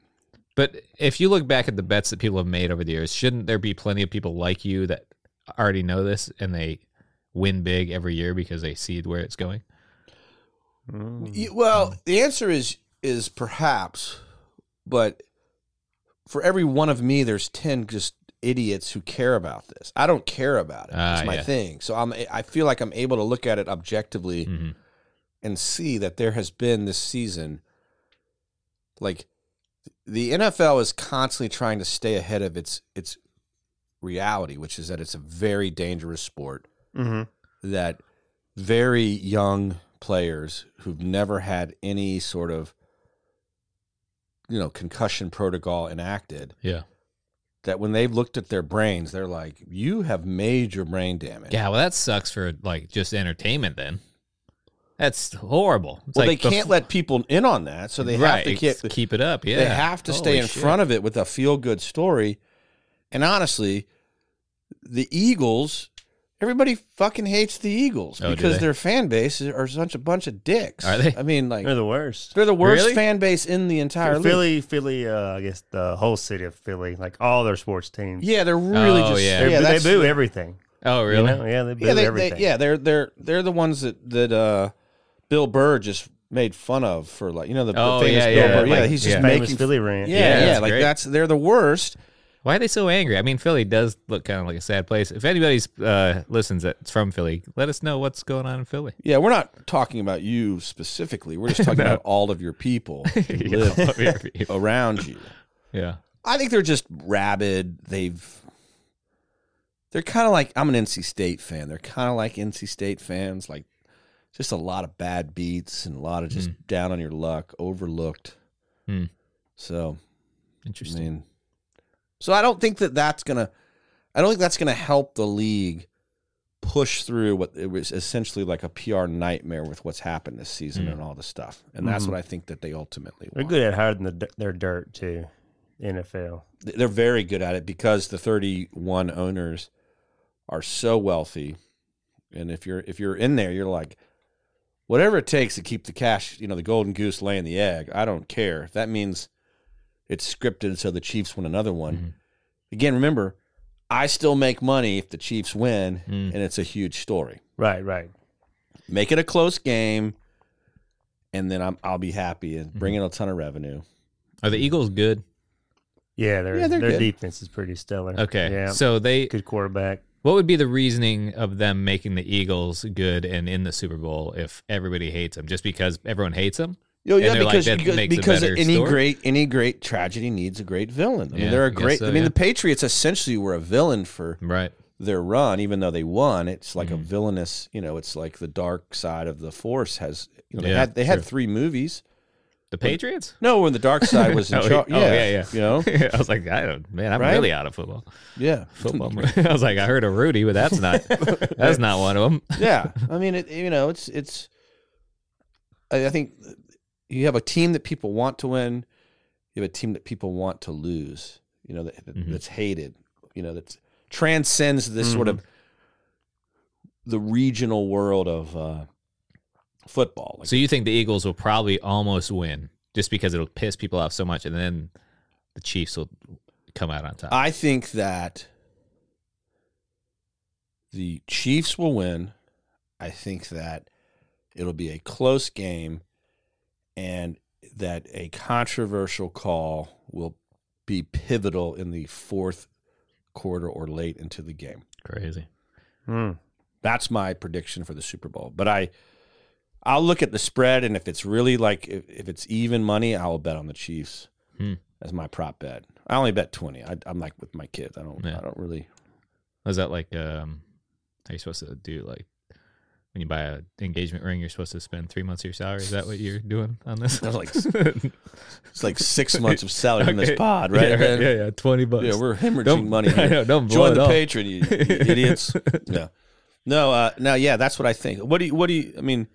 B: But if you look back at the bets that people have made over the years, shouldn't there be plenty of people like you that already know this and they win big every year because they see where it's going?
C: Mm-hmm.
B: Mm-hmm.
A: Y- Well, the answer is is perhaps, but for every one of me, there's ten just idiots who care about this. I don't care about it.
B: Ah,
A: it's my
B: yeah.
A: thing. So I'm I feel like I'm able to look at it objectively
C: Mm-hmm.
B: Mhm.
A: and see that there has been this season like the NFL is constantly trying to stay ahead of its its reality, which is that it's a very dangerous sport
C: Mm-hmm.
A: that very young players who've never had any sort of you know concussion protocol enacted
B: Yeah.
A: that when they've looked at their brains they're like you have major brain damage
B: Yeah. Well, that sucks for like just entertainment then. That's horrible. It's
A: well
B: like
A: they
B: bef-
A: can't let people in on that so they
B: right,
A: have to
B: keep,
A: keep,
B: it up. Yeah.
A: they have to stay
B: Holy
A: in
B: shit.
A: front of it with a feel good story and honestly the eagles everybody fucking hates the eagles
B: Oh, do
A: because
B: they?
A: their fan base are such a bunch of dicks
B: Are they?
A: i mean like
C: They're the worst.
A: They're the worst
B: Really?
A: fan base in the entire league.
C: Philly, Philly, uh, I guess the whole city of Philly, like all their sports teams.
A: Yeah, they're really
B: Oh,
A: just
B: yeah.
C: They- they
A: that's-
C: boo everything.
B: Oh,
C: you
B: really?
C: know? Yeah, they boo
A: yeah, they,
C: everything.
A: they, yeah, they're they're they're the ones that that uh, Bill Burr just made fun of for like you know the
B: Oh,
A: famous
B: yeah,
A: Bill
B: yeah,
A: Burr. Yeah,
B: like,
A: he's
B: yeah.
A: just
C: famous
A: making
C: Philly rant.
A: Yeah,
B: Yeah,
A: yeah,
B: that's
A: like
B: great.
A: that's they're the worst.
B: Why are they so angry? I mean, Philly does look kind of like a sad place. If anybody's uh, listens that's from Philly, let us know what's going on in [LAUGHS] Philly.
A: Yeah, we're not talking about you specifically. We're just
B: [LAUGHS]
A: talking about all of your people who live around you.
B: yeah.
A: I think they're just rabid. They've they're kind of like I'm an NC State fan. They're kind of like NC State fans. Like just a lot of bad beats and a lot of just down on your luck, overlooked.
B: Hmm.
A: So I
B: Interesting.
A: mean, so I don't think that that's gonna, I don't think that's gonna help the league push through what it was essentially like a PR nightmare with what's happened this season
B: Mm.
A: and all this stuff, and that's
C: Mhm.
A: what I think that they ultimately
C: They're
A: want.
C: good at hiding the, d- their dirt too. NFL.
A: They're very good at it because the 31 owners are so wealthy, and if you're if you're in there, you're like. Whatever it takes to keep the cash, you know, the golden goose laying the egg. I don't care. If that means it's scripted so the Chiefs win another one,
B: Mhm.
A: again, remember, I still make money if the Chiefs win,
B: Mm.
A: and it's a huge story.
C: Right, right.
A: Make it a close game, and then I'm, I'll be happy and bring in a ton of revenue.
B: Are the Eagles good?
C: Yeah, their
A: Yeah, they're
C: their
A: good.
C: defense is pretty stellar.
B: Okay.
C: Yeah.
B: So they
C: good quarterback.
B: what would be the reasoning of them making the Eagles good and in the Super Bowl if everybody hates them? Just because everyone hates them?
A: Yo,
B: And they're like, that makes a
A: because
B: better
A: any
B: story?
A: great any great tragedy needs a great villain. I mean,
B: Yeah,
A: they're
B: I
A: a
B: guess
A: great.
B: so,
A: I mean,
B: yeah.
A: the Patriots essentially were a villain for
B: Right.
A: their run, even though they won. It's like a
B: Mhm.
A: villainous. You know, it's like the dark side of the force has. You know, they
B: Yeah,
A: had they
B: true.
A: had three movies.
B: The Patriots?
A: No, when the dark side was in
B: Oh,
A: charge.
B: yeah. Oh, yeah, yeah.
A: You know,
B: [LAUGHS] I was like, I don't man, I'm
A: Right?
B: really out of football.
A: yeah.
B: [LAUGHS]
A: [LAUGHS]
B: Football. I was like, I heard a Rudy, but that's not that's not one of them.
A: yeah, I mean, it, you know, it's it's. I I think you have a team that people want to win. You have a team that people want to lose. You know, that,
B: Mhm.
A: that's hated. You know, that transcends this sort of the regional world of uh, football. Like,
B: [LAUGHS] So you think the Eagles will probably almost win just because it'll piss people off so much, and then the Chiefs will come out on top.
A: I think that the Chiefs will win. I think that it'll be a close game and that a controversial call will be pivotal in the fourth quarter or late into the game.
B: Crazy.
C: Hmm.
A: That's my prediction for the Super Bowl. But I I'll look at the spread and if it's really like if, if it's even money, I'll bet on the Chiefs
B: Hmm.
A: as my prop bet. I only bet 20. I, I'm like with my kids. I don't
B: Yeah.
A: I don't really
B: Was that like um? Are you supposed to do like when you buy an engagement ring? You're supposed to spend three months of your salary. Is that what you're doing on this?
A: I was
B: [LAUGHS]
A: like,
B: Okay.
A: It's like six months of salary from this pod, right?
B: Yeah,
A: man?
B: yeah, yeah, twenty bucks.
A: Yeah, we're hemorrhaging
B: Don't-
A: money. Here.
B: [LAUGHS] I know, don't blow
A: Join
B: it
A: the
B: all.
A: patron, you, you
B: [LAUGHS]
A: idiots. yeah. No, uh, no, yeah, that's what I think. What do you, what do you, I mean,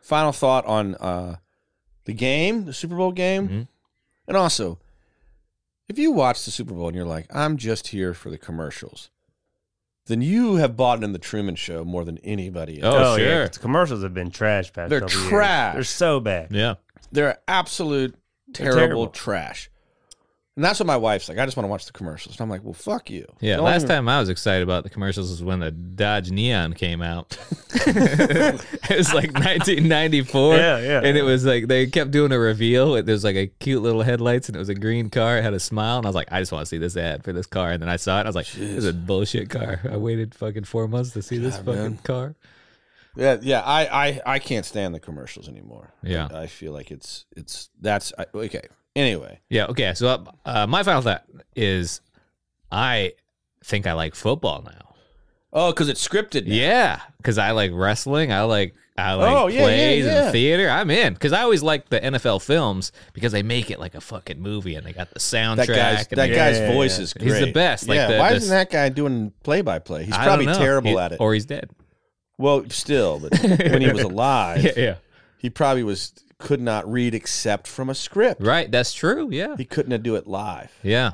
A: final thought on uh, the game, the Super Bowl game?
B: Mhm.
A: And also, if you watch the Super Bowl and you're like, I'm just here for the commercials, then you have bought in the Truman Show more than anybody else.
B: Oh, sure.
C: The commercials have been trash past
A: They're
C: couple years.
A: trash.
C: They're so bad.
B: yeah.
A: They're absolute
C: They're
A: terrible,
C: terrible.
A: trash. And that's what my wife's like. I just want to watch the commercials. And I'm like, well, fuck you.
B: Yeah,
A: Don't
B: last
A: even-
B: time I was excited about the commercials was when the Dodge Neon came out. [LAUGHS] it was like 1994.
C: Yeah, yeah.
B: And it was like they kept doing a reveal. It- There's like a cute little headlights, and it was a green car. It had a smile, and I was like, I just want to see this ad for this car. And then I saw it. and I was like, this is a bullshit car. I waited fucking four months to see this
A: God,
B: fucking
A: man.
B: car.
A: Yeah, yeah. I, I, I can't stand the commercials anymore.
B: Yeah.
A: I feel like it's, it's, that's, I, okay. Anyway,
B: Yeah. Okay. So uh, uh, my final thought is, I think I like football now.
A: oh, because it's scripted. Now.
B: Yeah, because I like wrestling. I like I like
A: Oh, yeah, yeah,
B: plays
A: yeah.
B: and theater. I'm in because I always like the NFL films because they make it like a fucking movie and they got the soundtrack.
A: That guy's,
B: and
A: that
B: they-
A: guy's
C: Yeah, yeah,
A: voice
C: yeah.
A: is great.
B: He's the best, like
A: yeah.
B: the-
A: Why
B: the-
A: isn't that guy doing play by play? He's
B: I don't
A: probably
B: know.
A: terrible
B: He-
A: at it.
B: or
A: [LAUGHS]
B: he's dead.
A: well, still, but when
B: [LAUGHS]
A: he was alive,
B: Yeah, yeah,
A: he probably was could not read except from a script.
B: right. That's true. Yeah,
A: He couldn't do it live.
B: yeah.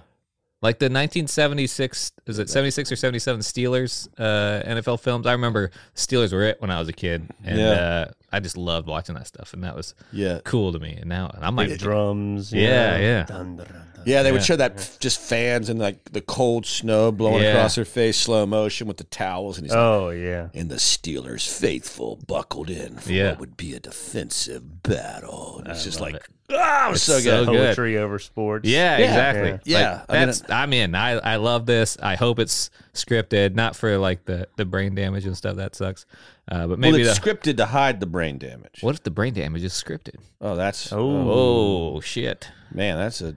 B: Like the 1976, is it 76 or 77 Steelers uh, NFL films? I remember Steelers were it when I was a kid, and
A: Yeah.
B: uh, I just loved watching that stuff, and that was
A: Yeah.
B: cool to me. And now, and I'm
C: Like
B: like,
C: drums. you
B: Yeah,
C: know.
B: yeah.
C: Dun, dun, dun, dun.
A: Yeah, they would show that f- just fans and like the cold snow blowing
B: Yeah.
A: across their face, slow motion with the towels, and he's like,
C: Oh yeah.
A: and the Steelers faithful buckled in for
B: Yeah.
A: what would be a defensive battle. And it's just
B: love
A: like,
B: it.
A: oh,
B: It's
A: so
B: so
A: good.
B: good.
C: Poetry over sports.
B: Yeah,
A: Yeah.
B: exactly.
C: Yeah.
A: Yeah,
B: Like,
A: I mean,
B: that's I am in. I I love this. I hope it's scripted, not for like the the brain damage and stuff. That sucks. Uh, but maybe
A: well, it's
B: the
A: scripted to hide the brain damage.
B: what if the brain damage is scripted?
A: Oh, that's
C: Oh.
B: Oh shit!
A: man, that's a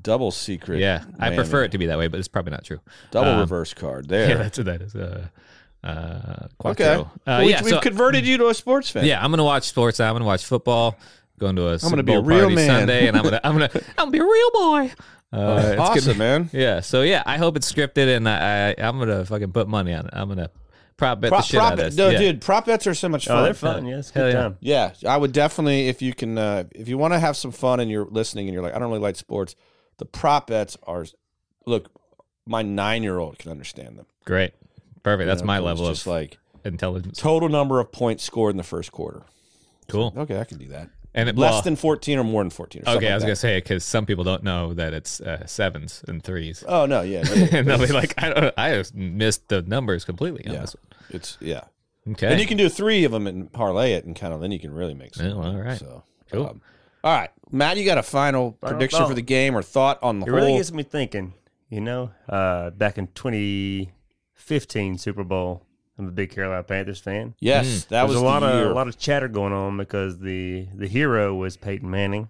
A: double secret.
B: Yeah, I
A: whammy.
B: prefer it to be that way, but it's probably not true.
A: double
B: um,
A: reverse card
B: [LAUGHS] Yeah,
A: there.
B: that's what that is. Uh, Uh,
A: [LAUGHS] Okay.
B: Quattro. Uh,
A: Well, we,
B: yeah,
A: have
B: so-
A: converted you to a sports fan.
B: yeah, I'm gonna watch sports. I'm gonna watch football. Going to a Super
A: gonna be
B: Bowl
A: a real
B: party
A: man.
B: Sunday, and I'm gonna I'm gonna I'm gonna be a real boy. Uh, it's gonna-
A: awesome,
B: [LAUGHS]
A: man.
B: yeah. So yeah, I hope it's scripted, and I, I I'm gonna fucking put money on it. I'm gonna prop bet
A: Prop,
B: the shit
A: prop
B: out of this.
A: no,
B: yeah.
A: dude, prop bets are so much fun.
C: Oh, they're fun. Yeah, it's a
B: Hell
C: good
B: yeah.
C: time.
A: Yeah, I would definitely if you can uh, if you want to have some fun and you're listening and you're like I don't really like sports, the prop bets are look, my 9-year-old can understand them.
B: Great. Perfect. That's
A: You know,
B: my
A: it was
B: level
A: just
B: of
A: like
B: intelligence.
A: total number of points scored in the first quarter.
B: Cool.
A: Okay, I can do that.
B: And it,
A: Less
B: well,
A: than 14 or more than 14 or something.
B: Okay, I was gonna
A: like
B: say because some people don't know that it's uh, sevens
A: [LAUGHS]
B: and threes,
A: that. Oh no, yeah. yeah, yeah.
B: [LAUGHS] and they'll be like, "I don't, I just missed the numbers completely." On
A: Yeah.
B: this one.
A: it's yeah.
B: Okay.
A: And you can do 3 of them and parlay it and kind of then you can really make some.
B: Yeah, well, all right.
A: So,
B: Cool.
A: um, all right. Matt, you got a final,
C: Final
A: prediction
C: thought.
A: for the game or thought on the
C: It
A: whole
C: really gets me thinking, you know, uh, back in 2015 Super Bowl, I'm a big Carolina Panthers fan.
A: Yes,
B: Hmm.
A: that
C: There
A: was
C: was a
A: the
C: lot
A: year.
C: of a lot of chatter going on because the the hero was Peyton Manning.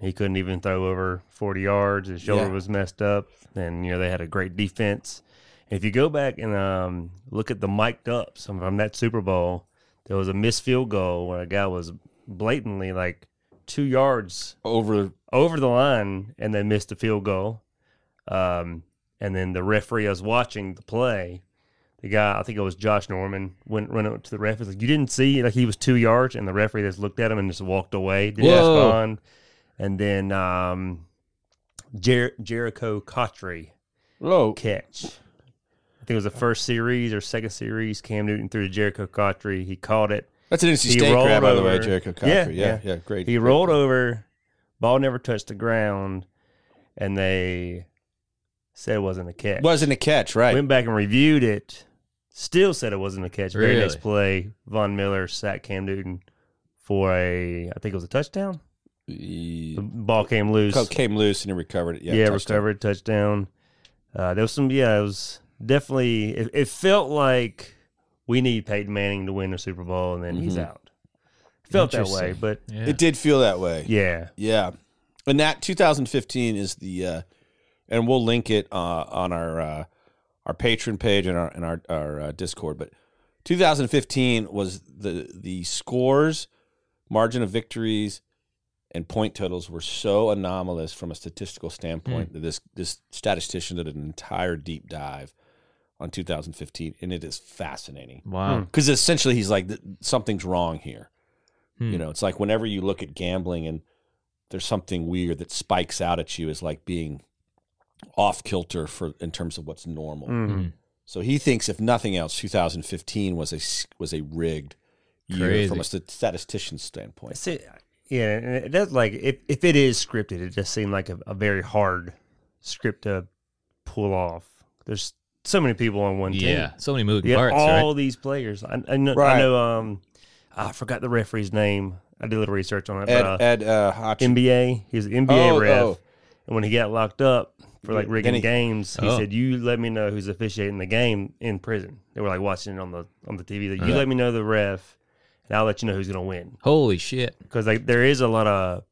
C: He couldn't even throw over 40 yards. His shoulder
A: Yeah.
C: was messed up, and you know they had a great defense. If you go back and um, look at the mic'd ups from that Super Bowl, there was a missed field goal where a guy was blatantly like two yards
A: over
C: over the line and they missed the field goal. Um, and then the referee I was watching the play. The guy, I think it was Josh Norman, went went up to the ref. He's like, "You didn't see like he was two yards," and the referee just looked at him and just walked away, didn't
B: Whoa.
C: respond. And then um, Jer- Jericho Cotry
A: low.
C: catch. I think it was the first series or second series. Cam Newton threw to Jericho Cotry. He caught it.
A: That's an NC
C: He
A: State
C: rolled
A: grab, by the way,
C: over.
A: Jericho Cocker. Yeah,
C: Yeah,
A: yeah,
C: yeah.
A: great.
C: He rolled over, ball never touched the ground, and they said it wasn't a catch.
A: Wasn't a catch, right?
C: Went back and reviewed it, still said it wasn't a catch. Very
B: Really?
C: next play, Von Miller sacked Cam Newton for a, I think it was a touchdown.
A: He
C: The ball came loose.
A: came loose and he recovered it. Yeah,
C: yeah,
A: touchdown.
C: recovered touchdown. Uh, there was some, yeah, it was definitely. It, it felt like we need Peyton Manning to win the Super Bowl, and then he's
A: Mhm.
C: out. Felt that way,
B: Interesting.
C: but
B: yeah.
A: It did feel that way.
C: yeah,
A: Yeah. And that 2015 is the uh and we'll link it uh on our uh our patron page and our and our our uh, Discord, but 2015 was the the scores, margin of victories and point totals were so anomalous from a statistical standpoint that this this statistician did an entire deep dive on 2015 and it is fascinating
C: Mm.
B: wow.
A: because essentially he's like "Th- something's wrong here
B: Hmm.
A: you know it's like whenever you look at gambling and there's something weird that spikes out at you as like being off kilter for in terms of what's normal
B: Hmm.
C: Mhm.
B: Mm.
A: so he thinks if nothing else 2015 was a s- was a rigged year
B: Crazy.
A: from a st- statistician's standpoint
C: It's a, yeah, and it does like if if it is scripted, it just seemed like a, a very hard script to pull off. There's so many people on one team.
B: Yeah. So many moving
C: Yeah,
B: parts,
C: all
B: right?
C: these players. I, I know.
A: Right.
C: I know. Um, I forgot the referee's name. I did a little research on it.
A: ed
C: but, uh,
A: ed uh Hotch,
C: NBA. He was an NBA
A: Oh,
C: ref.
A: oh.
C: And when he got locked up for like
A: Yeah,
C: rigging
A: then he-
C: games, he
B: Oh.
C: said, "You let me know who's officiating the game in prison." They were like watching it on the on the TV. Like, you
B: Yeah.
C: let me know the ref, and I'll let you know who's gonna win
B: Holy
A: [LAUGHS]
B: shit.
C: because like there is a lot of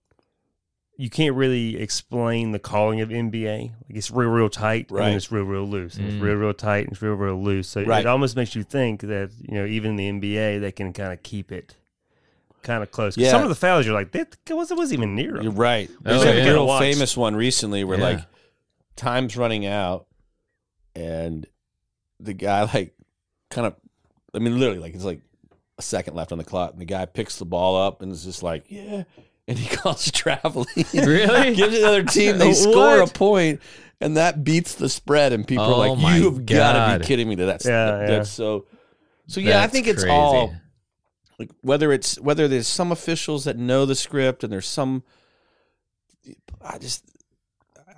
C: you can't really explain the calling of NBA. Like it's real, real tight, and
A: Right.
C: then it's real, real loose, and
B: Mm.
C: it's real, real tight, and it's real, real loose. So
A: Right.
C: it almost makes you think that you know even in the NBA they can kind of keep it kind of close. 'Cause
A: Yeah.
C: Some of the fouls you're like that was it was even near. him."
A: you're right
B: Oh,
A: there's a
B: yeah.
A: real
C: Watch.
A: famous one recently where
B: Yeah.
A: like time's running out and the guy like kind of i mean literally like it's like a second left on the clock and the guy picks the ball up and is just like yeah and he [LAUGHS] calls traveling [LAUGHS]
B: Really?
A: gives it another team
B: [LAUGHS]
A: they
B: What?
A: score a point and that beats the spread and people
B: Oh
A: are like
B: my
A: you've got to
B: God.
A: be kidding me that that's
C: Yeah,
A: that-
C: yeah.
A: that's so so yeah i
B: That's
A: think it's
B: crazy.
A: all like whether it's whether there's some officials that know the script and there's some i just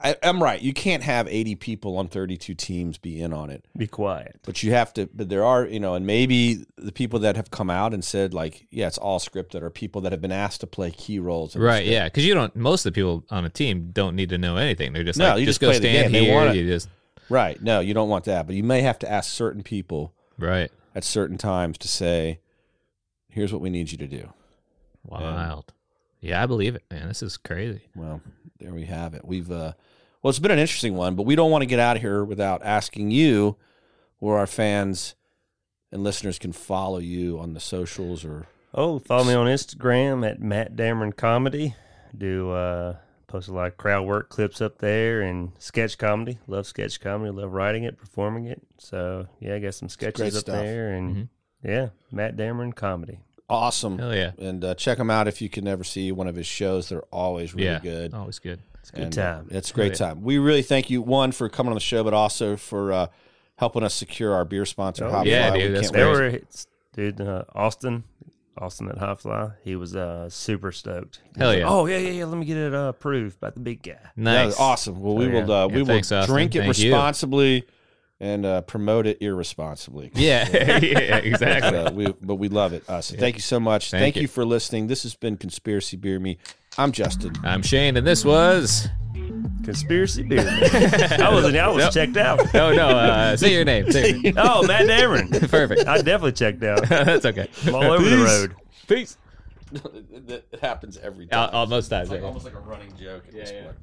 A: I, i'm right you can't have 80 people on 32 teams be in on it
C: Be quiet.
A: but you have to but there are you know and maybe the people that have come out and said like yeah it's all scripted are people that have been asked to play key roles in the
B: Right,
A: script.
B: yeah, because you don't. Most of the people on a team don't need to know anything. They're just
A: No,
B: like,
A: you just
B: just, go
A: play the game.
B: stand
A: They
B: here.
A: wanna-
B: You just
A: right no you don't want that but you may have to ask certain people
B: right.
A: at certain times to say here's what we need you to do
B: Wild. Yeah, I believe it, man. This is crazy.
A: Well, there we have it. We've uh well, it's been an interesting one, but we don't want to get out of here without asking you or our fans and listeners can follow you on the socials or
C: Oh, follow me on Instagram at Matt Dameron Comedy. Do uh, post a lot of crowd work clips up there and sketch comedy. Love sketch comedy. Love writing it, performing it. So yeah, I got some
A: great
C: sketches up
A: stuff.
C: there, and yeah, Matt Dameron Comedy.
A: awesome.
B: Hell yeah.
A: And uh, check him out if you can never see one of his shows. They're always really
B: yeah.
A: good.
B: Always good. It's good.
A: And,
C: time.
A: uh, It's a great time. We really thank you, one, for coming on the show, but also for uh, helping us secure our beer sponsor.
C: Oh,
A: Hop
B: yeah,
A: Fly.
B: dude,
A: We
B: that's
A: can't
C: There
B: great.
A: wait.
C: were it's, dude uh, Austin, Austin at Hot Fly. He was uh, super stoked. He
B: Hell
C: was like,
B: yeah.
C: Oh yeah, yeah, yeah. Let me get it uh, approved by the big guy.
A: That
B: Nice.
A: was awesome. Well, we
C: Oh, yeah.
A: will uh,
B: Yeah,
A: we
B: thanks,
A: will
B: Austin.
A: drink it
B: Thank you.
A: responsibly and uh, promote it irresponsibly.
B: [LAUGHS] Yeah. [LAUGHS] yeah. Exactly.
A: So we, but we love it. Uh, so thank you so much. Thank,
B: Thank
A: you.
B: you.
A: for listening. This has been Conspiracy Beer Me. I'm Justin.
B: I'm Shane, and this was.
C: Conspiracy beer. [LAUGHS] I was I was checked out.
B: Oh no! Uh, say your name.
A: [LAUGHS]
B: Say your name. [LAUGHS]
C: Oh, Matt Dameron.
B: Perfect. [LAUGHS]
C: I definitely checked out.
B: That's okay.
C: I'm all over the road.
B: Peace.
A: It happens every
B: Al- Almost dies. yeah.
A: like a running joke at this point.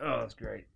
C: Oh, that's great.